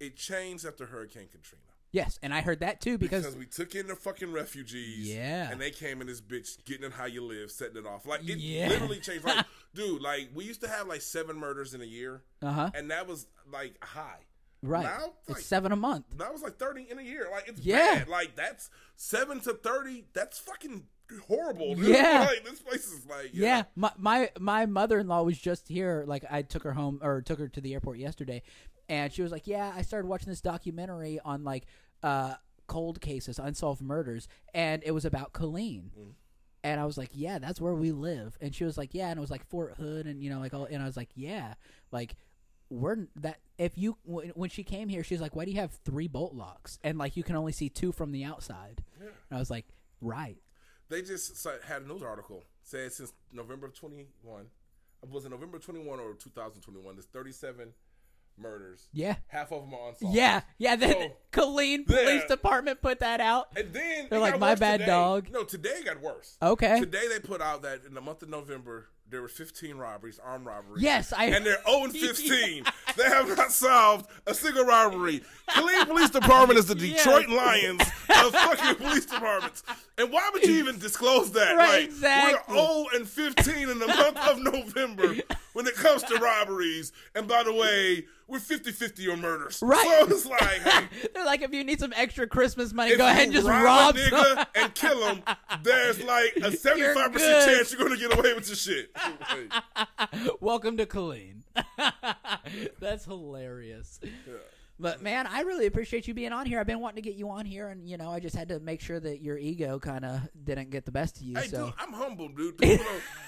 [SPEAKER 2] it changed after hurricane katrina
[SPEAKER 1] Yes, and I heard that too because,
[SPEAKER 2] because we took in the fucking refugees,
[SPEAKER 1] Yeah.
[SPEAKER 2] and they came in this bitch getting in how you live, setting it off. Like it
[SPEAKER 1] Yeah.
[SPEAKER 2] literally
[SPEAKER 1] *laughs*
[SPEAKER 2] changed. Like, dude, like we used to have like seven murders in a year,
[SPEAKER 1] uh huh,
[SPEAKER 2] and that was like high.
[SPEAKER 1] right?
[SPEAKER 2] now, like-
[SPEAKER 1] it's seven a month.
[SPEAKER 2] That was like 30 in a year. Like it's
[SPEAKER 1] Yeah.
[SPEAKER 2] bad. Like that's 7 to 30. That's fucking horrible. Dude.
[SPEAKER 1] Yeah.
[SPEAKER 2] *laughs* Like this place is like you
[SPEAKER 1] Yeah,
[SPEAKER 2] know,
[SPEAKER 1] my my my mother in law was just here. Like I took her home or took her to the airport yesterday, and she was like, "Yeah, I started watching this documentary on like uh cold cases, unsolved murders, and it was about Colleen." And I was like, "Yeah, that's where we live." And she was like, "Yeah," and it was like Fort Hood, and you know, like all. And I was like, "Yeah, like we're n- that." If you when when she came here, she's like, "Why do you have three bolt locks?" And like you can only see two from the outside.
[SPEAKER 2] Yeah.
[SPEAKER 1] And I was like, "Right."
[SPEAKER 2] They just si- had a news article said since November of 21, was it November 21 or 2021? There's 37 murders.
[SPEAKER 1] Yeah.
[SPEAKER 2] Half of them are unsolved.
[SPEAKER 1] Yeah, yeah. The
[SPEAKER 2] So-
[SPEAKER 1] Colleen
[SPEAKER 2] Yeah.
[SPEAKER 1] Police Department put that out.
[SPEAKER 2] And then it
[SPEAKER 1] They're like,
[SPEAKER 2] got
[SPEAKER 1] "My
[SPEAKER 2] worse
[SPEAKER 1] bad,
[SPEAKER 2] today."
[SPEAKER 1] dog.
[SPEAKER 2] No, today got worse.
[SPEAKER 1] Okay.
[SPEAKER 2] Today they put out that in the month of November there were 15 robberies, armed robberies.
[SPEAKER 1] Yes, I. *laughs*
[SPEAKER 2] And they're 0 and 15. They have not solved a single robbery. Cleveland Police Department is the
[SPEAKER 1] Yes.
[SPEAKER 2] Detroit Lions of fucking police departments. And why would you even disclose that?
[SPEAKER 1] Right,
[SPEAKER 2] like,
[SPEAKER 1] exactly.
[SPEAKER 2] We're 0 and 15 in the month of November when it comes to robberies. And by the way, we're 50 50 on murders.
[SPEAKER 1] Right.
[SPEAKER 2] So it's like, hey,
[SPEAKER 1] They're like, if you need some extra Christmas money, *laughs*
[SPEAKER 2] if
[SPEAKER 1] go ahead
[SPEAKER 2] you
[SPEAKER 1] and just
[SPEAKER 2] rob,
[SPEAKER 1] rob.
[SPEAKER 2] a
[SPEAKER 1] some- *laughs*
[SPEAKER 2] nigga and kill him, there's like a 75%
[SPEAKER 1] good.
[SPEAKER 2] chance you're going to get away with your shit.
[SPEAKER 1] Welcome to Colleen. *laughs* That's hilarious. But man, I really appreciate you being on here. I've been wanting to get you on here, and you know, I just had to make sure that your ego kind of didn't get the best of you.
[SPEAKER 2] Hey,
[SPEAKER 1] so
[SPEAKER 2] dude, I'm humble, dude. People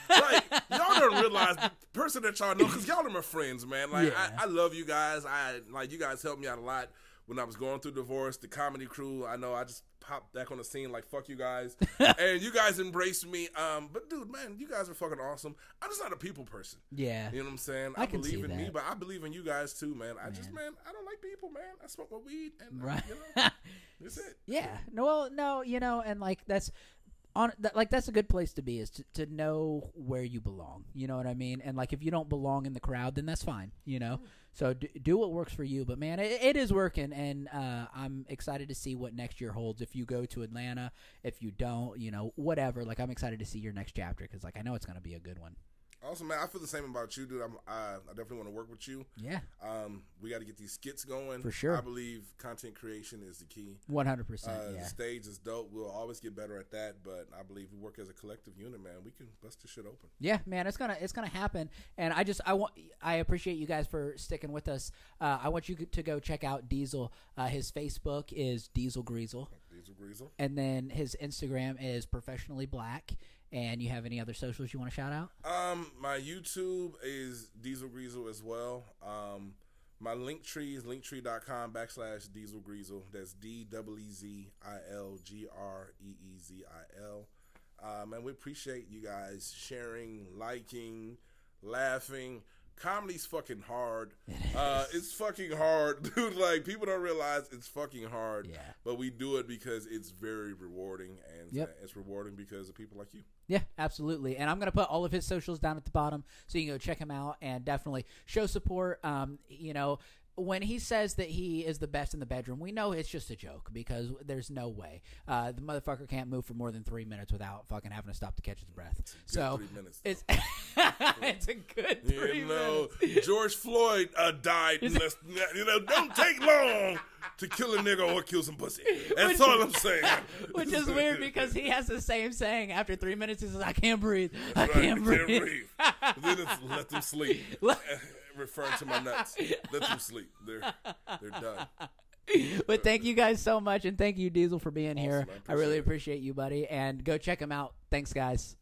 [SPEAKER 2] don't, like, y'all don't realize the person that y'all know, because y'all are my friends, man. Like,
[SPEAKER 1] Yeah.
[SPEAKER 2] I, I love you guys. I like you guys helped me out a lot when I was going through divorce. The comedy crew, I know I just popped back on the scene like fuck
[SPEAKER 1] *laughs*
[SPEAKER 2] you guys, and you guys embraced me. Um, but dude, man, you guys are fucking awesome. I'm just not a people person.
[SPEAKER 1] yeah,
[SPEAKER 2] You know what I'm saying?
[SPEAKER 1] I can
[SPEAKER 2] believe
[SPEAKER 1] see
[SPEAKER 2] in me,
[SPEAKER 1] that.
[SPEAKER 2] but I believe in you guys too, man. I just, man, I don't like people, man. I smoke my weed, and
[SPEAKER 1] right.
[SPEAKER 2] you know,
[SPEAKER 1] *laughs*
[SPEAKER 2] that's it.
[SPEAKER 1] Yeah. No, well, no, you know, and like that's on that, like that's a good place to be is to, to know where you belong. You know what I mean? And like if you don't belong in the crowd, then that's fine. You know. So do, do what works for you. But man, it, it is working, and uh, I'm excited to see what next year holds. If you go to Atlanta, if you don't, you know, whatever. Like I'm excited to see your next chapter because like I know it's gonna be a good one.
[SPEAKER 2] Also, man, I feel the same about you, dude. I'm, I, I definitely want to work with you.
[SPEAKER 1] Yeah,
[SPEAKER 2] Um, we got to get these skits going
[SPEAKER 1] For sure.
[SPEAKER 2] I believe content creation is the key.
[SPEAKER 1] one hundred
[SPEAKER 2] Uh,
[SPEAKER 1] percent.
[SPEAKER 2] The
[SPEAKER 1] Yeah.
[SPEAKER 2] stage is dope. We'll always get better at that, but I believe we work as a collective unit, man. We can bust this shit open.
[SPEAKER 1] Yeah, man, it's gonna it's gonna happen, and I just I want I appreciate you guys for sticking with us. Uh, I want you to go check out Diesel. Uh, his Facebook is Diesel Greasel,
[SPEAKER 2] Diesel Greasel.
[SPEAKER 1] and then his Instagram is Professionally Black. And you have any other socials you want to shout out?
[SPEAKER 2] Um, my YouTube is Diesel Greasel as well. Um, my link tree is linktree.com backslash Diesel Greasel. That's D W E Z I L G R E E Z I L. Um, and we appreciate you guys sharing, liking, laughing. Comedy's fucking hard. Uh, it's fucking hard, *laughs* dude. Like people don't realize it's fucking hard.
[SPEAKER 1] Yeah.
[SPEAKER 2] But we do it because it's very rewarding, and
[SPEAKER 1] Yep.
[SPEAKER 2] it's rewarding because of people like you.
[SPEAKER 1] Yeah, absolutely. And I'm going to put all of his socials down at the bottom so you can go check him out and definitely show support. Um, you know, when he says that he is the best in the bedroom, we know it's just a joke because there's no way. Uh, the motherfucker can't move for more than three minutes without fucking having to stop to catch his breath. So
[SPEAKER 2] three minutes, though.
[SPEAKER 1] it's *laughs* it's a good three
[SPEAKER 2] You know,
[SPEAKER 1] minutes.
[SPEAKER 2] George Floyd uh, died. in less than that. you know, don't take long to kill a nigga or kill some pussy.
[SPEAKER 1] *laughs*
[SPEAKER 2] That's
[SPEAKER 1] Which-
[SPEAKER 2] all I'm saying.
[SPEAKER 1] *laughs*
[SPEAKER 2] *laughs*
[SPEAKER 1] Which is weird because he has the same saying after three minutes. He says, "I can't breathe. I
[SPEAKER 2] Right,
[SPEAKER 1] can't breathe."
[SPEAKER 2] then it's let
[SPEAKER 1] *laughs*
[SPEAKER 2] them sleep. *laughs* Referring to my nuts. Let them sleep. They're they're done.
[SPEAKER 1] *laughs* but thank you guys so much, and thank you, Diesel, for being here.
[SPEAKER 2] I
[SPEAKER 1] I really
[SPEAKER 2] appreciate it.
[SPEAKER 1] appreciate you, buddy. And go check him out. Thanks, guys.